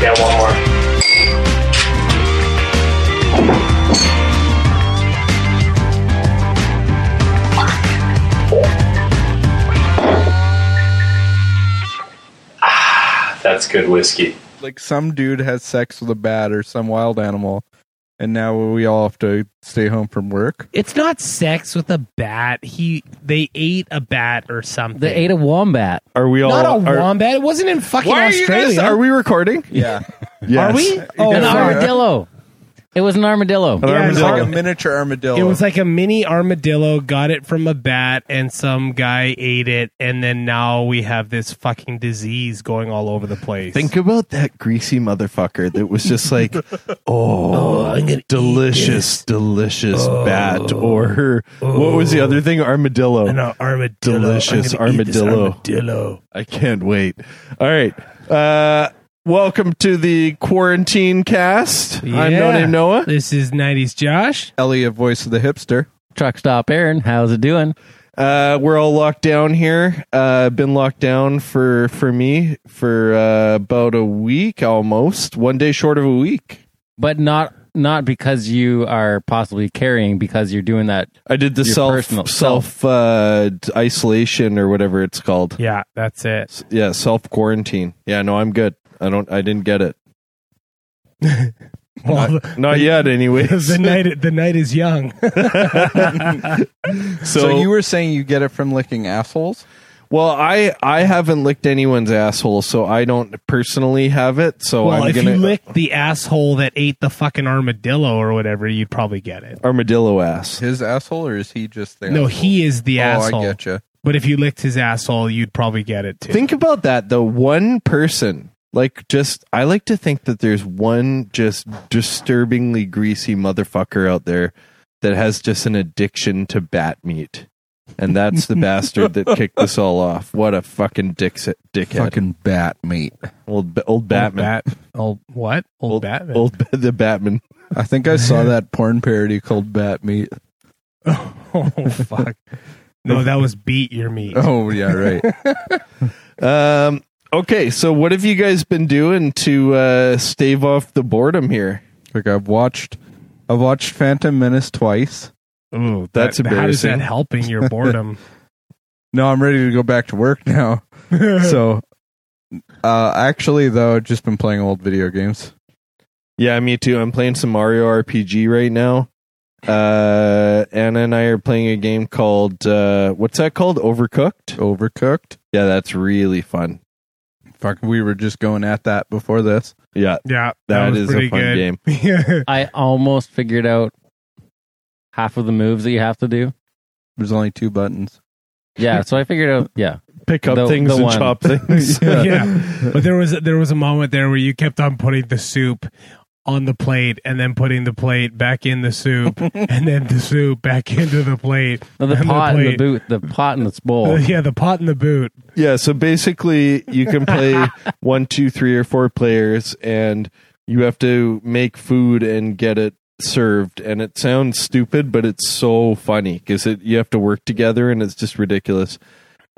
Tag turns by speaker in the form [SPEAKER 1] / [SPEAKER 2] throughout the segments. [SPEAKER 1] Yeah, one more. Ah, That's good whiskey.
[SPEAKER 2] Like some dude has sex with a bat or some wild animal, and now we all have to stay home from work.
[SPEAKER 3] It's not sex with a bat. He they ate a bat or something.
[SPEAKER 4] They ate a wombat.
[SPEAKER 2] Are we all?
[SPEAKER 3] not a
[SPEAKER 2] are,
[SPEAKER 3] wombat. It wasn't in fucking
[SPEAKER 2] Why are you guys-
[SPEAKER 3] Australia.
[SPEAKER 2] Are we recording?
[SPEAKER 5] Yeah.
[SPEAKER 2] Yes.
[SPEAKER 3] Are we? Oh,
[SPEAKER 4] An
[SPEAKER 2] Yeah.
[SPEAKER 4] armadillo. It was an armadillo.
[SPEAKER 2] An
[SPEAKER 3] Yeah,
[SPEAKER 2] armadillo.
[SPEAKER 3] it's like
[SPEAKER 2] a miniature armadillo.
[SPEAKER 3] It was like a mini armadillo, got it from a bat, and some guy ate it, and then now we have this fucking disease going all over the place.
[SPEAKER 5] Think about that greasy motherfucker that was just like, oh, delicious, delicious bat. Or her, what was the other thing? Armadillo.
[SPEAKER 3] armadillo.
[SPEAKER 5] Delicious
[SPEAKER 3] I'm gonna eat this
[SPEAKER 5] armadillo.
[SPEAKER 3] armadillo.
[SPEAKER 5] I can't wait. All right. Uh, welcome to the quarantine cast. I'm No
[SPEAKER 3] Yeah.
[SPEAKER 5] Name Noah.
[SPEAKER 3] This is 90s Josh.
[SPEAKER 2] Ellie, a voice of the hipster.
[SPEAKER 4] Truck stop, Aaron. How's it doing?
[SPEAKER 5] Uh, we're all locked down here. Uh, been locked down for for me for uh, about a week almost. One day short of a week.
[SPEAKER 4] But not not because you are possibly carrying, because you're doing that.
[SPEAKER 5] I did the
[SPEAKER 4] Your
[SPEAKER 5] self
[SPEAKER 4] personal-
[SPEAKER 5] self uh, d- isolation or whatever it's called. Yeah,
[SPEAKER 3] Yeah, that's it.
[SPEAKER 5] self quarantine. Yeah, no, I'm good. I don't. I didn't get it.
[SPEAKER 3] Well,
[SPEAKER 5] Not yet, anyways.
[SPEAKER 3] the night the night is young.
[SPEAKER 5] so,
[SPEAKER 2] So, you were saying you get it from licking assholes?
[SPEAKER 5] well, I I haven't licked anyone's asshole, so I don't personally have it. So
[SPEAKER 3] well,
[SPEAKER 5] Oh, I'm
[SPEAKER 3] if
[SPEAKER 5] gonna
[SPEAKER 3] you licked the asshole that ate the fucking armadillo or whatever, you'd probably get it.
[SPEAKER 5] armadillo ass.
[SPEAKER 2] His asshole, or is he just the
[SPEAKER 3] No,
[SPEAKER 2] asshole?
[SPEAKER 3] he is the
[SPEAKER 2] Oh,
[SPEAKER 3] asshole.
[SPEAKER 2] I get you.
[SPEAKER 3] But if you licked his asshole, you'd probably get it too.
[SPEAKER 5] Think about that. The one person, like, just I like to think that there's one just disturbingly greasy motherfucker out there that has just an addiction to bat meat, and that's the bastard that kicked this all off. What a fucking dick, dickhead,
[SPEAKER 2] Fucking bat meat.
[SPEAKER 5] old ba- old Batman,
[SPEAKER 3] Bat, old Oh, what? Old, Batman.
[SPEAKER 5] old Ba- the Batman.
[SPEAKER 2] I think I saw that porn parody called Bat Meat.
[SPEAKER 3] oh fuck! No, that was beat your meat.
[SPEAKER 2] Oh yeah, right.
[SPEAKER 5] Um, okay, so what have you guys been doing to uh, stave off the boredom here?
[SPEAKER 2] like I've watched, I've watched Phantom Menace twice.
[SPEAKER 3] Ooh,
[SPEAKER 5] that's
[SPEAKER 3] How is that
[SPEAKER 5] embarrassing.
[SPEAKER 3] helping your boredom?
[SPEAKER 2] No, I'm ready to go back to work now. so, uh, actually, though, I've just been playing old video games.
[SPEAKER 5] Yeah, me too. I'm playing some Mario RPG right now. Uh, Anna and I are playing a game called uh, what's that called? Overcooked.
[SPEAKER 2] Overcooked.
[SPEAKER 5] Yeah, that's really fun.
[SPEAKER 2] Fuck, we were just going at that before this.
[SPEAKER 5] Yeah,
[SPEAKER 3] yeah,
[SPEAKER 5] that
[SPEAKER 3] was
[SPEAKER 5] is
[SPEAKER 3] pretty
[SPEAKER 5] a fun
[SPEAKER 3] good.
[SPEAKER 5] game.
[SPEAKER 3] Yeah.
[SPEAKER 4] I almost figured out half of the moves that you have to do.
[SPEAKER 2] There's only two buttons.
[SPEAKER 4] Yeah, so I figured out. Yeah,
[SPEAKER 5] Pick up
[SPEAKER 4] The-
[SPEAKER 5] things
[SPEAKER 4] the
[SPEAKER 5] and
[SPEAKER 4] one.
[SPEAKER 5] chop things.
[SPEAKER 3] Yeah. but there was there was a moment there where you kept on putting the soup on the plate and then putting the plate back in the soup and then the soup back into the plate.
[SPEAKER 4] No, the
[SPEAKER 3] and
[SPEAKER 4] pot and the
[SPEAKER 3] plate.
[SPEAKER 4] boot, the pot and the bowl.
[SPEAKER 5] Oh.
[SPEAKER 3] Uh, yeah, the pot and the boot.
[SPEAKER 5] Yeah, so basically you can play one, two, three, or four players, and you have to make food and get it served. And it sounds stupid, but it's so funny because it you have to work together, and it's just ridiculous.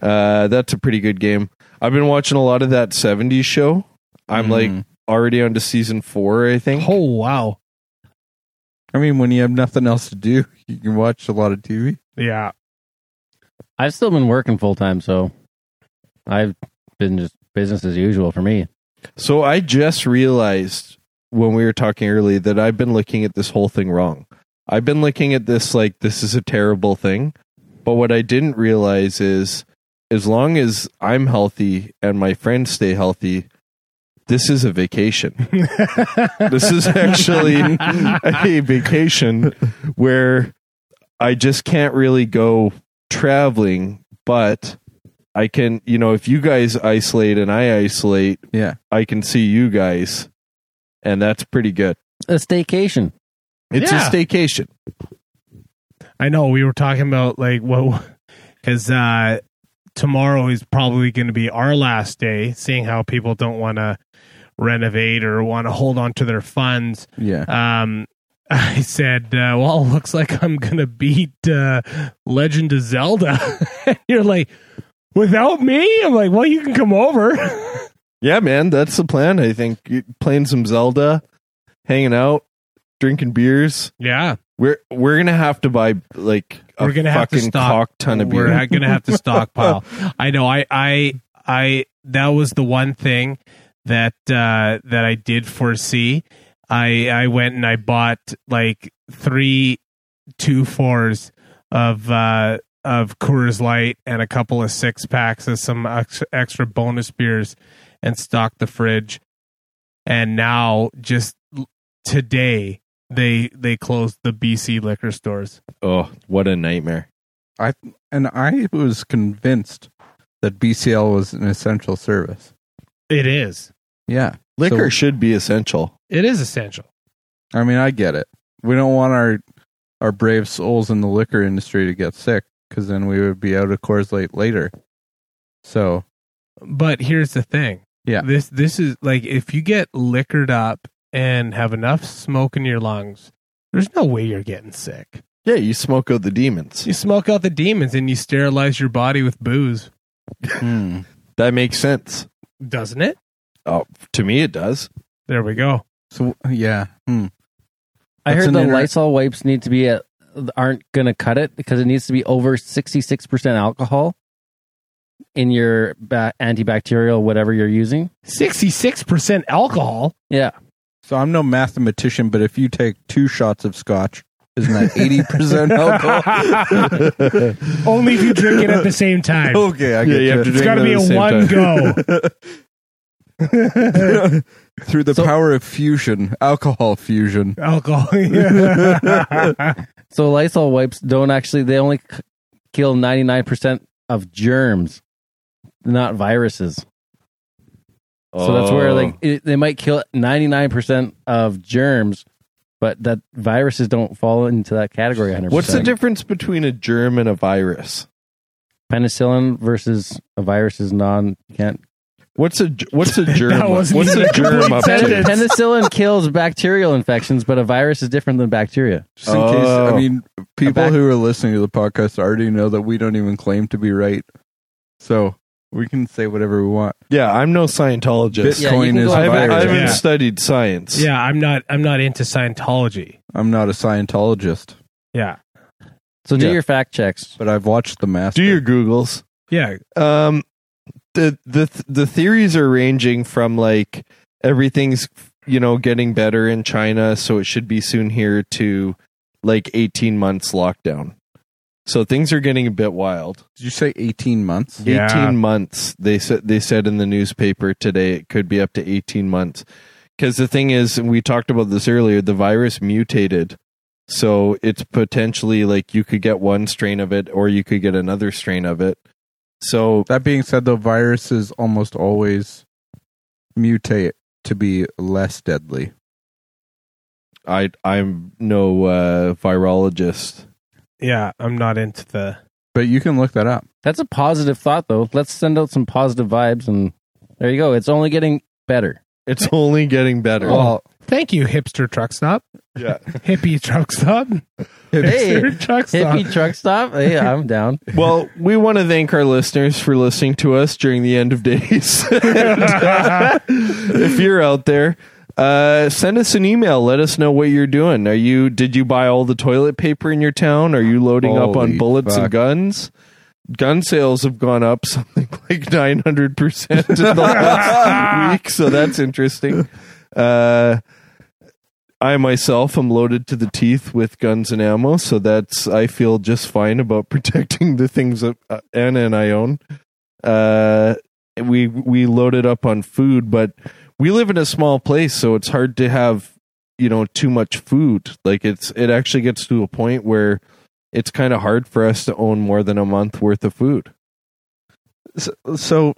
[SPEAKER 5] Uh, that's a pretty good game. I've been watching a lot of that '70s show. I'm
[SPEAKER 2] Mm.
[SPEAKER 5] like already on to season four, I think.
[SPEAKER 3] Oh wow.
[SPEAKER 2] I mean, when you have nothing else to do, you can watch a lot of TV.
[SPEAKER 3] Yeah.
[SPEAKER 4] I've still been working full time, so I've been just business as usual for me.
[SPEAKER 5] So I just realized when we were talking early that I've been looking at this whole thing wrong. I've been looking at this like this is a terrible thing. But what I didn't realize is as long as I'm healthy and my friends stay healthy, this is a vacation. this is actually a vacation where I just can't really go traveling, but I can, you know, if you guys isolate and I isolate,
[SPEAKER 2] Yeah.
[SPEAKER 5] I can see you guys, and that's pretty good.
[SPEAKER 4] A staycation.
[SPEAKER 5] It's
[SPEAKER 3] Yeah.
[SPEAKER 5] a staycation.
[SPEAKER 3] I know we were talking about like what because uh, tomorrow is probably going to be our last day, seeing how people don't want to renovate or want to hold on to their funds.
[SPEAKER 2] Yeah.
[SPEAKER 3] Um, I said, uh, "Well, looks like I'm going to beat uh, Legend of Zelda." You're like, without me? I'm like, well, you can come over.
[SPEAKER 5] Yeah, man, that's the plan. I think playing some Zelda, hanging out, drinking beers.
[SPEAKER 3] yeah,
[SPEAKER 5] We're we're gonna have to buy like a
[SPEAKER 3] We're gonna have to
[SPEAKER 5] fucking
[SPEAKER 3] stock-
[SPEAKER 5] cock ton of
[SPEAKER 3] we're
[SPEAKER 5] beer.
[SPEAKER 3] not gonna have to stockpile. I know. I I I that was the one thing that uh, that I did foresee. I I went and I bought like three two fours of uh, of Coors Light and a couple of six packs of some ex- extra bonus beers and stocked the fridge. And now just l- today they they closed the BC liquor stores.
[SPEAKER 5] oh, what a nightmare!
[SPEAKER 2] And I was convinced that BCL was an essential service.
[SPEAKER 3] It is.
[SPEAKER 2] Yeah.
[SPEAKER 5] Liquor
[SPEAKER 2] So-
[SPEAKER 5] should be essential.
[SPEAKER 3] It is essential.
[SPEAKER 2] I mean, I get it. We don't want our our brave souls in the liquor industry to get sick because then we would be out of Coors Light later. So
[SPEAKER 3] But here's the thing.
[SPEAKER 2] Yeah.
[SPEAKER 3] This this is like if you get liquored up and have enough smoke in your lungs, there's no way you're getting sick.
[SPEAKER 5] Yeah, you smoke out the demons.
[SPEAKER 3] You smoke out the demons and you sterilize your body with booze,
[SPEAKER 5] That makes sense
[SPEAKER 3] doesn't it?
[SPEAKER 5] to me. It does.
[SPEAKER 3] There we go.
[SPEAKER 2] so yeah, hmm.
[SPEAKER 4] I
[SPEAKER 2] That's
[SPEAKER 4] heard
[SPEAKER 2] an
[SPEAKER 4] the
[SPEAKER 2] inter-
[SPEAKER 4] Lysol wipes need to be at, aren't going to cut it because it needs to be over 66% alcohol in your ba- antibacterial whatever you're using.
[SPEAKER 3] 66% alcohol.
[SPEAKER 4] Yeah.
[SPEAKER 2] So I'm no mathematician, but if you take two shots of scotch, isn't that eighty percent
[SPEAKER 5] Oh,
[SPEAKER 2] alcohol?
[SPEAKER 3] Only if you drink it at the same time.
[SPEAKER 2] okay, I
[SPEAKER 5] Yeah,
[SPEAKER 2] get
[SPEAKER 5] Oh, you have
[SPEAKER 2] you.
[SPEAKER 5] to
[SPEAKER 3] it's got to be a one go.
[SPEAKER 2] Through the
[SPEAKER 4] So-
[SPEAKER 2] power of fusion, alcohol fusion.
[SPEAKER 3] Alcohol. Yeah.
[SPEAKER 4] So Lysol wipes don't actually, they only c- kill 99% of germs, not viruses. So that's where
[SPEAKER 5] Oh.
[SPEAKER 4] like it, they might kill 99% of germs, but that viruses don't fall into that category 100%.
[SPEAKER 5] What's the difference between a germ and a virus?
[SPEAKER 4] Penicillin versus a virus is non can't.
[SPEAKER 5] What's a what's a germ?
[SPEAKER 3] wasn't
[SPEAKER 5] what's
[SPEAKER 3] even
[SPEAKER 5] a
[SPEAKER 3] a complete
[SPEAKER 5] germ up to?
[SPEAKER 3] sentence.
[SPEAKER 4] Penicillin kills bacterial infections, but a virus is different than bacteria.
[SPEAKER 2] Just in case, I
[SPEAKER 5] Oh.
[SPEAKER 2] mean, people
[SPEAKER 4] back-
[SPEAKER 2] who are listening to the podcast already know that we don't even claim to be right, so we can say whatever we want.
[SPEAKER 5] Yeah, I'm no Scientologist.
[SPEAKER 4] Yeah, you
[SPEAKER 2] Bitcoin
[SPEAKER 4] can
[SPEAKER 2] is
[SPEAKER 4] go
[SPEAKER 5] I
[SPEAKER 4] on
[SPEAKER 5] haven't, I
[SPEAKER 2] virus.
[SPEAKER 5] haven't
[SPEAKER 3] Yeah.
[SPEAKER 5] studied science.
[SPEAKER 3] yeah, I'm not I'm not into Scientology.
[SPEAKER 2] I'm not a Scientologist,
[SPEAKER 3] Yeah.
[SPEAKER 4] So do
[SPEAKER 5] Yeah.
[SPEAKER 4] your fact checks.
[SPEAKER 2] but I've watched the master.
[SPEAKER 5] Do your Googles.
[SPEAKER 3] Yeah.
[SPEAKER 5] Um, the the the theories are ranging from like everything's you know getting better in China, so it should be soon here to like 18 months lockdown. So things are getting a bit wild.
[SPEAKER 2] Did you say 18 months?
[SPEAKER 3] Yeah.
[SPEAKER 5] 18 months. They said they said in the newspaper today it could be up to 18 months. Cuz the thing is, and we talked about this earlier, the virus mutated. So it's potentially like you could get one strain of it or you could get another strain of it. So
[SPEAKER 2] That being said, though, viruses almost always mutate to be less deadly.
[SPEAKER 5] I I'm no uh, virologist.
[SPEAKER 3] Yeah, I'm not into the
[SPEAKER 2] But you can look that up.
[SPEAKER 4] That's a positive thought, though. Let's send out some positive vibes, and there you go. It's only getting better.
[SPEAKER 5] It's only getting better.
[SPEAKER 2] Well,
[SPEAKER 3] Thank you, hipster truck stop.
[SPEAKER 5] yeah.
[SPEAKER 3] Hippie truck stop.
[SPEAKER 4] Hey,
[SPEAKER 3] Hipster truck stop.
[SPEAKER 4] hippie truck stop. Hey, I'm down.
[SPEAKER 5] well, we want to thank our listeners for listening to us during the end of days. And, uh, if you're out there, uh, send us an email. Let us know what you're doing. Are you? Did you buy all the toilet paper in your town? Are you loading up
[SPEAKER 2] Holy
[SPEAKER 5] on bullets
[SPEAKER 2] fuck.
[SPEAKER 5] and guns? Gun sales have gone up something like nine hundred percent in the last week, so that's interesting. Uh, I myself am loaded to the teeth with guns and ammo, so that's I feel just fine about protecting the things that uh, Anna and I own. Uh, we we loaded up on food, but we live in a small place, so it's hard to have you know too much food. Like it's it actually gets to a point where it's kind of hard for us to own more than a month worth of food.
[SPEAKER 2] so, so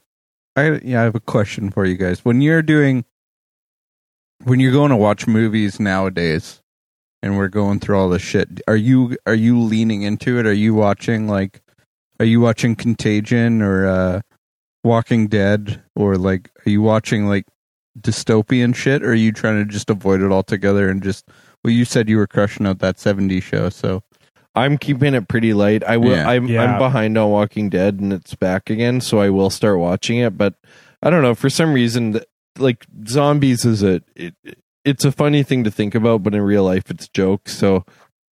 [SPEAKER 2] I yeah, I have a question for you guys. When you're doing, when you're going to watch movies nowadays, and we're going through all this shit, are you are you leaning into it? Are you watching like, are you watching Contagion or uh Walking Dead or like, are you watching like dystopian shit? Or are you trying to just avoid it altogether and just? Well, you said you were crushing out that '70s show, so
[SPEAKER 5] I'm keeping it pretty light. I will.
[SPEAKER 2] Yeah.
[SPEAKER 5] I'm
[SPEAKER 3] Yeah.
[SPEAKER 5] I'm behind on Walking Dead, and it's back again, so I will start watching it. But I don't know for some reason, th- like zombies is a it, it's a funny thing to think about, but in real life, it's jokes. So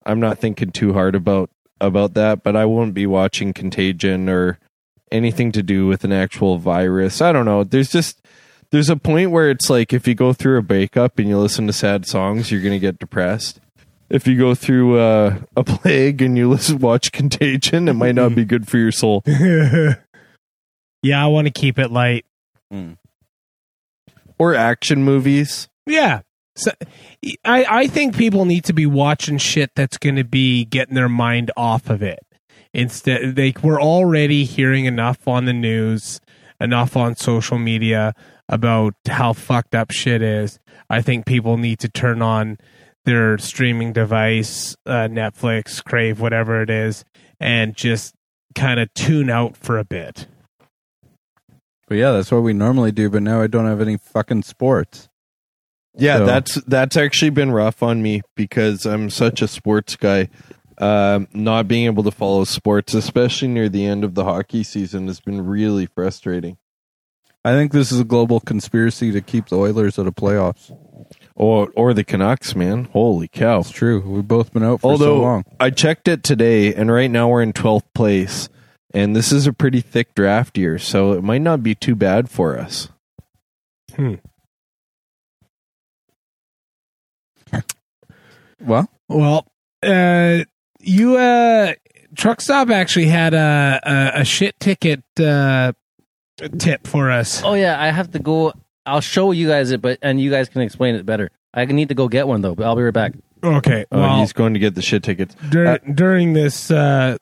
[SPEAKER 5] I'm not thinking too hard about about that. But I won't be watching Contagion or anything to do with an actual virus. I don't know. There's just there's a point where it's like if you go through a breakup and you listen to sad songs, you're gonna get depressed if you go through uh, a plague and you listen watch Contagion, it might not be good for your soul.
[SPEAKER 3] yeah, I want to keep it light.
[SPEAKER 5] Or action movies.
[SPEAKER 3] Yeah. So, e, I, I think people need to be watching shit that's going to be getting their mind off of it. Instead, like we're already hearing enough on the news, enough on social media about how fucked up shit is. I think people need to turn on their streaming device, uh, Netflix, Crave, whatever it is, and just kind of tune out for a bit.
[SPEAKER 2] But yeah, that's what we normally do. But now I don't have any fucking sports.
[SPEAKER 5] Yeah,
[SPEAKER 2] So-
[SPEAKER 5] that's that's actually been rough on me because I'm such a sports guy. Um, not being able to follow sports, especially near the end of the hockey season, has been really frustrating.
[SPEAKER 2] I think this is a global conspiracy to keep the Oilers out of playoffs.
[SPEAKER 5] Or or the Canucks, man. Holy cow!
[SPEAKER 2] It's true. We've both been out for so long.
[SPEAKER 5] I checked it today, and right now we're in 12th place. And this is a pretty thick draft year, so it might not be too bad for us.
[SPEAKER 2] Well,
[SPEAKER 3] Well, uh, you uh, truck stop actually had a a, a shit ticket uh, tip for us.
[SPEAKER 4] Oh yeah, I have to go. I'll show you guys it, but and you guys can explain it better. I need to go get one though, but I'll be right back.
[SPEAKER 3] Okay. uh,
[SPEAKER 5] Oh,
[SPEAKER 3] Well,
[SPEAKER 5] he's going to get the shit tickets.
[SPEAKER 3] dur-
[SPEAKER 5] uh,
[SPEAKER 3] during this uh,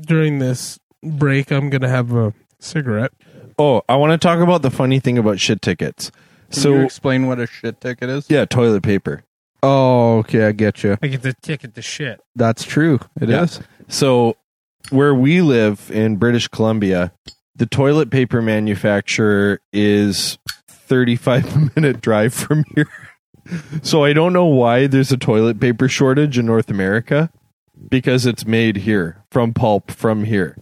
[SPEAKER 3] during this break, I'm gonna have a cigarette.
[SPEAKER 5] Oh, I want to talk about the funny thing about shit tickets.
[SPEAKER 2] can you
[SPEAKER 5] So,
[SPEAKER 2] explain what a shit ticket is?
[SPEAKER 5] yeah, toilet paper.
[SPEAKER 2] Oh, okay, I get you.
[SPEAKER 3] I get the ticket to shit.
[SPEAKER 2] That's true. It is.
[SPEAKER 5] Yeah. So, where we live in British Columbia, the toilet paper manufacturer is 35 minute drive from here. So, I don't know why there's a toilet paper shortage in North America because it's made here from pulp from here.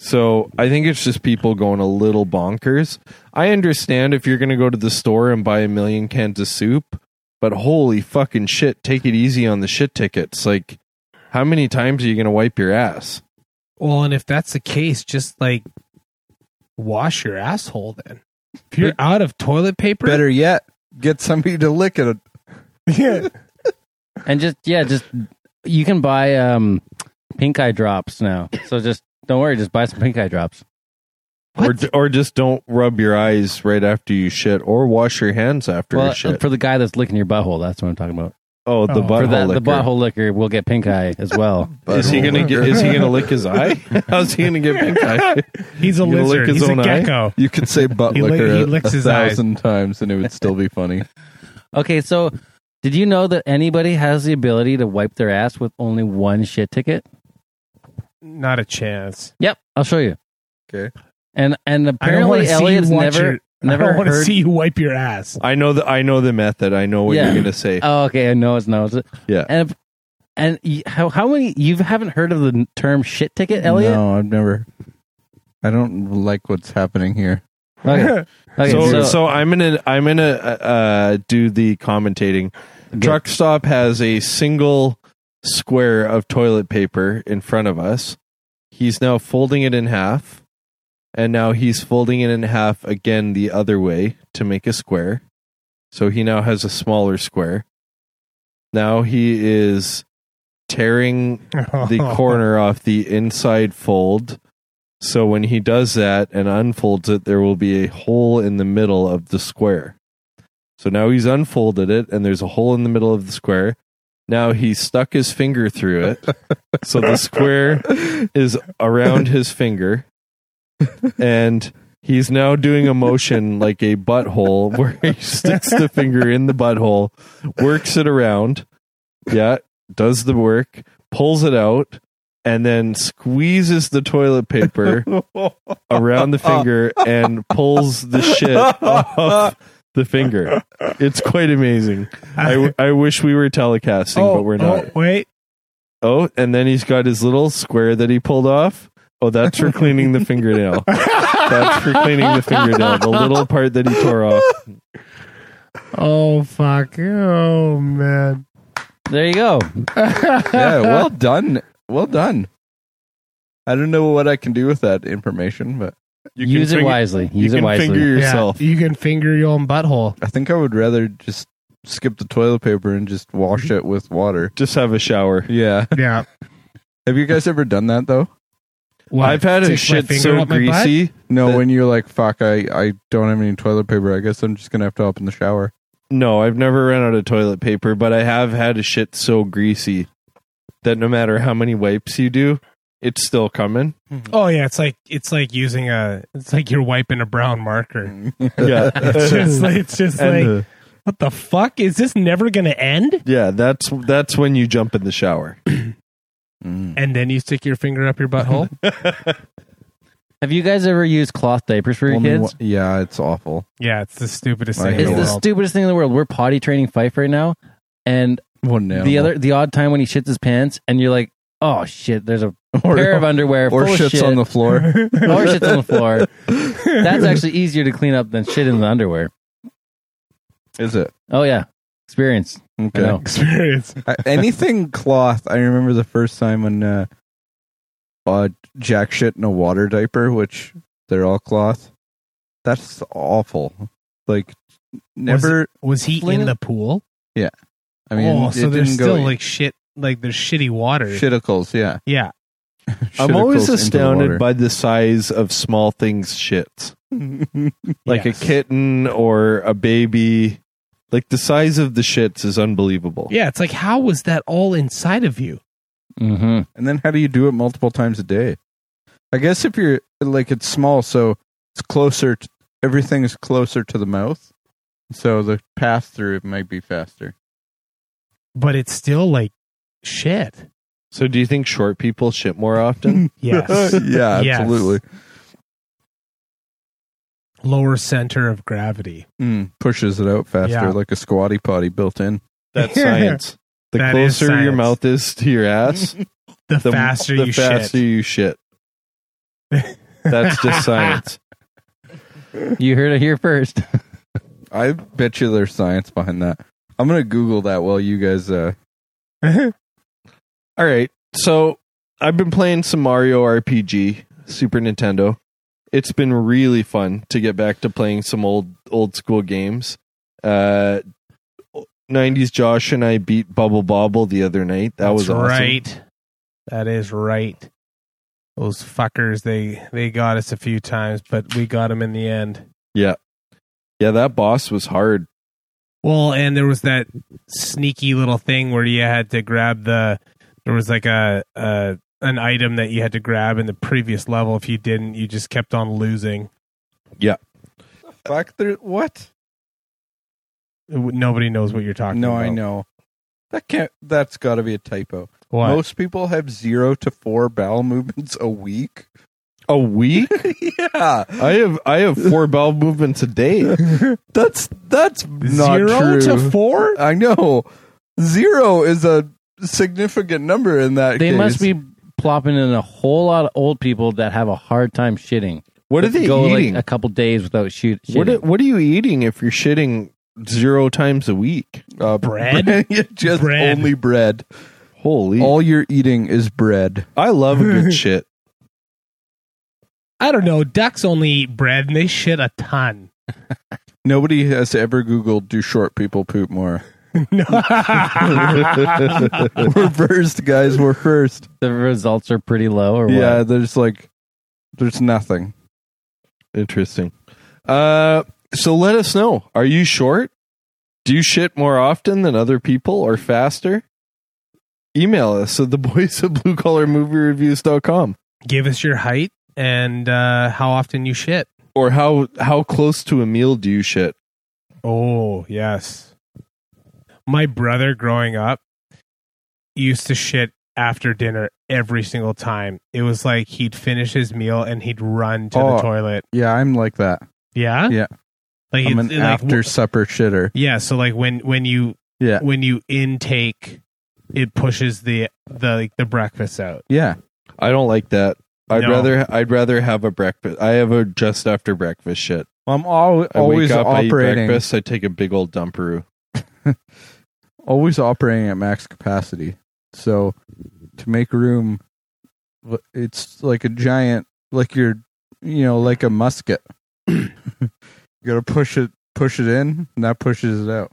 [SPEAKER 5] So, I think it's just people going a little bonkers. I understand if you're going to go to the store and buy a million cans of soup, but holy fucking shit, take it easy on the shit tickets. Like, how many times are you going to wipe your ass?
[SPEAKER 3] Well, and if that's the case, just like wash your asshole then. If you're out of toilet paper,
[SPEAKER 2] Better yet, get somebody to lick it.
[SPEAKER 3] yeah.
[SPEAKER 4] And just yeah, just you can buy um pink eye drops now. So just don't worry, just buy some pink eye drops.
[SPEAKER 5] Or or just don't rub your eyes right after you shit, or wash your hands after
[SPEAKER 4] Well,
[SPEAKER 5] you shit.
[SPEAKER 4] for the guy that's licking your butthole, that's what I'm talking about.
[SPEAKER 5] oh,
[SPEAKER 3] Oh.
[SPEAKER 5] the
[SPEAKER 3] For
[SPEAKER 5] butthole.
[SPEAKER 4] for that, the
[SPEAKER 5] licker.
[SPEAKER 4] butthole liquor will get pink eye as well.
[SPEAKER 5] Is he
[SPEAKER 2] Butthole
[SPEAKER 5] gonna get?
[SPEAKER 2] licker.
[SPEAKER 5] Is he gonna lick his eye? How's he gonna get pink eye?
[SPEAKER 3] He's a
[SPEAKER 5] You gonna lick
[SPEAKER 3] lizard.
[SPEAKER 5] his
[SPEAKER 3] He's a
[SPEAKER 5] own eye?
[SPEAKER 3] gecko.
[SPEAKER 2] You could say butt
[SPEAKER 3] He lick-
[SPEAKER 2] licker
[SPEAKER 3] he
[SPEAKER 2] a-
[SPEAKER 3] licks
[SPEAKER 2] a
[SPEAKER 3] his eyes.
[SPEAKER 2] thousand times and it would still be funny.
[SPEAKER 4] Okay, so did you know that anybody has the ability to wipe their ass with only one shit ticket?
[SPEAKER 3] Not a chance.
[SPEAKER 4] Yep, I'll show you.
[SPEAKER 2] Okay.
[SPEAKER 4] And and
[SPEAKER 3] wanna
[SPEAKER 4] apparently Elliot's
[SPEAKER 3] watch
[SPEAKER 4] never
[SPEAKER 3] your- I
[SPEAKER 4] never
[SPEAKER 3] don't want to
[SPEAKER 4] heard.
[SPEAKER 3] see you wipe your ass.
[SPEAKER 5] I know the I know the method. I know what
[SPEAKER 4] Yeah.
[SPEAKER 5] you're gonna say.
[SPEAKER 4] Oh, okay. I know it's no. It's,
[SPEAKER 5] Yeah.
[SPEAKER 4] And and y- how how many you haven't heard of the n- term shit ticket, Elliot?
[SPEAKER 2] No, I've never. I don't like what's happening here.
[SPEAKER 4] Okay. okay
[SPEAKER 5] so,
[SPEAKER 4] so,
[SPEAKER 5] so I'm gonna I'm gonna uh, do the commentating. Truck stop has a single square of toilet paper in front of us. He's now folding it in half, and now he's folding it in half again the other way to make a square. So he now has a smaller square. Now he is tearing the corner off the inside fold. So when he does that and unfolds it, there will be a hole in the middle of the square. So now he's unfolded it and there's a hole in the middle of the square. Now he stuck his finger through it. so the square is around his finger. And he's now doing a motion like a butthole where he sticks the finger in the butthole, works it around. Yeah, does the work, pulls it out, and then squeezes the toilet paper around the finger and pulls the shit off the finger. It's quite amazing. I, I wish we were telecasting, but we're not.
[SPEAKER 3] Oh, wait.
[SPEAKER 5] Oh, and then he's got his little square that he pulled off. Oh, that's for cleaning the fingernail. that's for cleaning the fingernail. The little part that he tore off.
[SPEAKER 3] Oh fuck! Oh man!
[SPEAKER 4] There you go.
[SPEAKER 2] yeah, well done. Well done. I don't know what I can do with that information, but
[SPEAKER 5] You
[SPEAKER 4] Use it
[SPEAKER 5] finger-
[SPEAKER 4] wisely.
[SPEAKER 5] You
[SPEAKER 4] Use it
[SPEAKER 5] can
[SPEAKER 4] wisely.
[SPEAKER 5] finger yourself.
[SPEAKER 3] Yeah, you can finger your own butthole.
[SPEAKER 2] I think I would rather just skip the toilet paper and just wash it with water.
[SPEAKER 5] Just have a shower.
[SPEAKER 2] Yeah.
[SPEAKER 3] Yeah.
[SPEAKER 2] Have you guys ever done that though?
[SPEAKER 3] What,
[SPEAKER 5] I've had
[SPEAKER 3] stick my
[SPEAKER 5] a shit
[SPEAKER 3] finger
[SPEAKER 5] so
[SPEAKER 3] up my butt?
[SPEAKER 5] greasy.
[SPEAKER 2] No,
[SPEAKER 5] The-
[SPEAKER 2] when you're like, fuck, I, I don't have any toilet paper. I guess I'm just gonna have to hop in the shower.
[SPEAKER 5] No, I've never run out of toilet paper, but I have had a shit so greasy that no matter how many wipes you do, it's still coming.
[SPEAKER 3] Oh yeah, it's like it's like using a it's like you're wiping a brown marker.
[SPEAKER 5] Yeah.
[SPEAKER 3] It's just like, it's just like
[SPEAKER 5] And, uh,
[SPEAKER 3] what the fuck is this never gonna end?
[SPEAKER 5] yeah, that's that's when you jump in the shower.
[SPEAKER 2] Mm.
[SPEAKER 3] And then you stick your finger up your butthole.
[SPEAKER 4] Have you guys ever used cloth diapers for your
[SPEAKER 2] Only
[SPEAKER 4] kids?
[SPEAKER 2] one- yeah, it's awful.
[SPEAKER 3] yeah, it's the stupidest
[SPEAKER 2] Like
[SPEAKER 3] thing in the
[SPEAKER 4] It's
[SPEAKER 2] Yeah.
[SPEAKER 4] the
[SPEAKER 3] world.
[SPEAKER 4] stupidest thing in the world. We're potty training Fife right now, and
[SPEAKER 2] One nail.
[SPEAKER 4] the other, the odd time when he shits his pants, and you're like, "Oh shit!" There's a
[SPEAKER 2] or,
[SPEAKER 4] pair of underwear
[SPEAKER 2] or
[SPEAKER 4] full of
[SPEAKER 2] shits
[SPEAKER 4] shit,
[SPEAKER 2] on the floor.
[SPEAKER 4] or shits on the floor. That's actually easier to clean up than shit in the underwear.
[SPEAKER 2] Is it?
[SPEAKER 4] Oh yeah, experience. I
[SPEAKER 2] Okay.
[SPEAKER 4] know.
[SPEAKER 3] experience.
[SPEAKER 2] I- anything cloth. I remember the first time when uh, uh, jack shit in a water diaper, which they're all cloth. That's awful. Like never.
[SPEAKER 3] Was he
[SPEAKER 4] Fling
[SPEAKER 3] in
[SPEAKER 4] it-
[SPEAKER 3] the pool?
[SPEAKER 2] I mean,
[SPEAKER 3] oh, so
[SPEAKER 2] it
[SPEAKER 3] there's
[SPEAKER 2] didn't go
[SPEAKER 3] still like shit, like there's shitty water.
[SPEAKER 2] shitticles. Yeah,
[SPEAKER 3] Yeah,
[SPEAKER 5] I'm
[SPEAKER 2] Shitticles
[SPEAKER 5] always
[SPEAKER 2] into the
[SPEAKER 5] astounded
[SPEAKER 2] water.
[SPEAKER 5] by the size of small things shits. Like
[SPEAKER 3] Yes.
[SPEAKER 5] a kitten or a baby. Like the size of the shits is unbelievable.
[SPEAKER 3] Yeah, it's like how was that all inside of you?
[SPEAKER 4] Mm-hmm.
[SPEAKER 2] And then how do you do it multiple times a day? I guess if you're like it's small, so it's closer. t everything is closer to the mouth, so the path through it might be faster.
[SPEAKER 3] But it's still like shit.
[SPEAKER 5] So do you think short people shit more often?
[SPEAKER 3] Yes.
[SPEAKER 2] yeah,
[SPEAKER 3] Yes.
[SPEAKER 2] absolutely.
[SPEAKER 3] Lower center of gravity.
[SPEAKER 2] Mm, pushes it out faster,
[SPEAKER 3] Yeah.
[SPEAKER 2] like a squatty potty built in.
[SPEAKER 5] That's science. The
[SPEAKER 3] That is
[SPEAKER 5] closer your
[SPEAKER 3] science.
[SPEAKER 5] mouth is to your ass,
[SPEAKER 3] The,
[SPEAKER 5] the
[SPEAKER 3] faster
[SPEAKER 5] the
[SPEAKER 3] you
[SPEAKER 5] faster
[SPEAKER 3] shit.
[SPEAKER 5] you shit. That's just science.
[SPEAKER 4] You heard it here first.
[SPEAKER 2] I bet you there's science behind that. I'm gonna Google that while you guys. Uh,
[SPEAKER 5] All right. So I've been playing some Mario RPG, Super Nintendo. It's been really fun to get back to playing some old old school games. Uh 90s Josh and I beat Bubble Bobble the other night. That
[SPEAKER 3] That's
[SPEAKER 5] was awesome.
[SPEAKER 3] right. That is right. Those fuckers, they they got us a few times, but we got them in the end.
[SPEAKER 5] Yeah, that boss was hard.
[SPEAKER 3] Well, and there was that sneaky little thing where you had to grab the. There was like a, a an item that you had to grab in the previous level. If you didn't, you just kept on losing.
[SPEAKER 2] fuck, there. What?
[SPEAKER 3] Nobody knows what you're talking
[SPEAKER 2] No,
[SPEAKER 3] about.
[SPEAKER 2] I know. That can't. That's got to be a typo.
[SPEAKER 3] What?
[SPEAKER 2] Most people have zero to four bowel movements a week.
[SPEAKER 5] A week?
[SPEAKER 2] yeah,
[SPEAKER 3] Uh,
[SPEAKER 5] I have I have four bowel movements a day.
[SPEAKER 2] that's that's not
[SPEAKER 3] Zero
[SPEAKER 2] true.
[SPEAKER 3] to four?
[SPEAKER 2] I know. Zero is a significant number in that.
[SPEAKER 4] They
[SPEAKER 2] case.
[SPEAKER 4] must be plopping in a whole lot of old people that have a hard time shitting.
[SPEAKER 5] What are
[SPEAKER 4] That
[SPEAKER 5] they
[SPEAKER 4] go
[SPEAKER 5] eating?
[SPEAKER 4] like a couple days without shoot?
[SPEAKER 5] what
[SPEAKER 4] shitting.
[SPEAKER 5] are, what are you eating if you're shitting zero times a week?
[SPEAKER 2] Uh,
[SPEAKER 3] Bread?
[SPEAKER 2] just
[SPEAKER 3] Bread.
[SPEAKER 2] only bread.
[SPEAKER 5] Holy.
[SPEAKER 2] All you're eating is bread.
[SPEAKER 5] I love a good shit.
[SPEAKER 3] I don't know. Ducks only eat bread and they shit a ton.
[SPEAKER 2] Nobody has ever Googled do short people poop more.
[SPEAKER 3] No.
[SPEAKER 2] we're first, guys. We're first.
[SPEAKER 4] the results are pretty low, or
[SPEAKER 2] Yeah,
[SPEAKER 4] what?
[SPEAKER 2] there's like, there's nothing.
[SPEAKER 5] Interesting. Uh, so let us know. Are you short? Do you shit more often than other people or faster? Email us at the boys of blue collar movie reviews.com
[SPEAKER 3] Give us your height and uh, how often you shit.
[SPEAKER 5] or how, how close to a meal do you shit?
[SPEAKER 3] Oh, yes. My brother growing up used to shit after dinner every single time. It was like he'd finish his meal and he'd run to
[SPEAKER 2] Oh.
[SPEAKER 3] the toilet.
[SPEAKER 2] Yeah, I'm like that.
[SPEAKER 3] Yeah?
[SPEAKER 2] Yeah.
[SPEAKER 3] Like
[SPEAKER 2] I'm
[SPEAKER 3] it's
[SPEAKER 2] an
[SPEAKER 3] like,
[SPEAKER 2] after supper shitter.
[SPEAKER 3] Yeah, so like when when you
[SPEAKER 2] Yeah.
[SPEAKER 3] when you intake it pushes the the like, the breakfast out.
[SPEAKER 2] Yeah.
[SPEAKER 5] I don't like that. I'd
[SPEAKER 3] No.
[SPEAKER 5] rather I'd rather have a breakfast. I have a just after breakfast shit.
[SPEAKER 2] I'm al-
[SPEAKER 5] I
[SPEAKER 2] always
[SPEAKER 5] wake up, I eat
[SPEAKER 2] operating,
[SPEAKER 5] breakfast, I take a big old dumperoo.
[SPEAKER 2] always operating at max capacity. So to make room, l- it's like a giant, like you're, you know, like a musket. you gotta push it, push it in, and that pushes it out.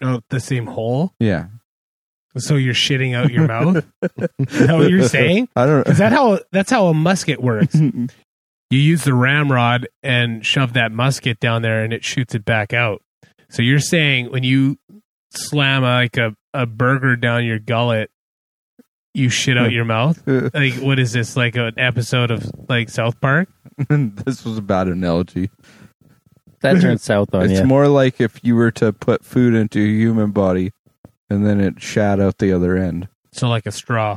[SPEAKER 3] Oh, the same hole.
[SPEAKER 2] Yeah.
[SPEAKER 3] So you're shitting out your mouth. Is that what you're saying?
[SPEAKER 2] I don't.
[SPEAKER 3] Is that how that's how a musket works? you use the ramrod and shove that musket down there and it shoots it back out. So you're saying when you slam a, like a, a burger down your gullet, you shit out your mouth? Like what is this? Like an episode of like South Park?
[SPEAKER 2] this was a bad analogy.
[SPEAKER 4] That turned south
[SPEAKER 5] Oh,
[SPEAKER 4] on
[SPEAKER 2] it's
[SPEAKER 4] you.
[SPEAKER 2] more like if you were to put food into a human body, and then it shat out the other end.
[SPEAKER 3] So like a straw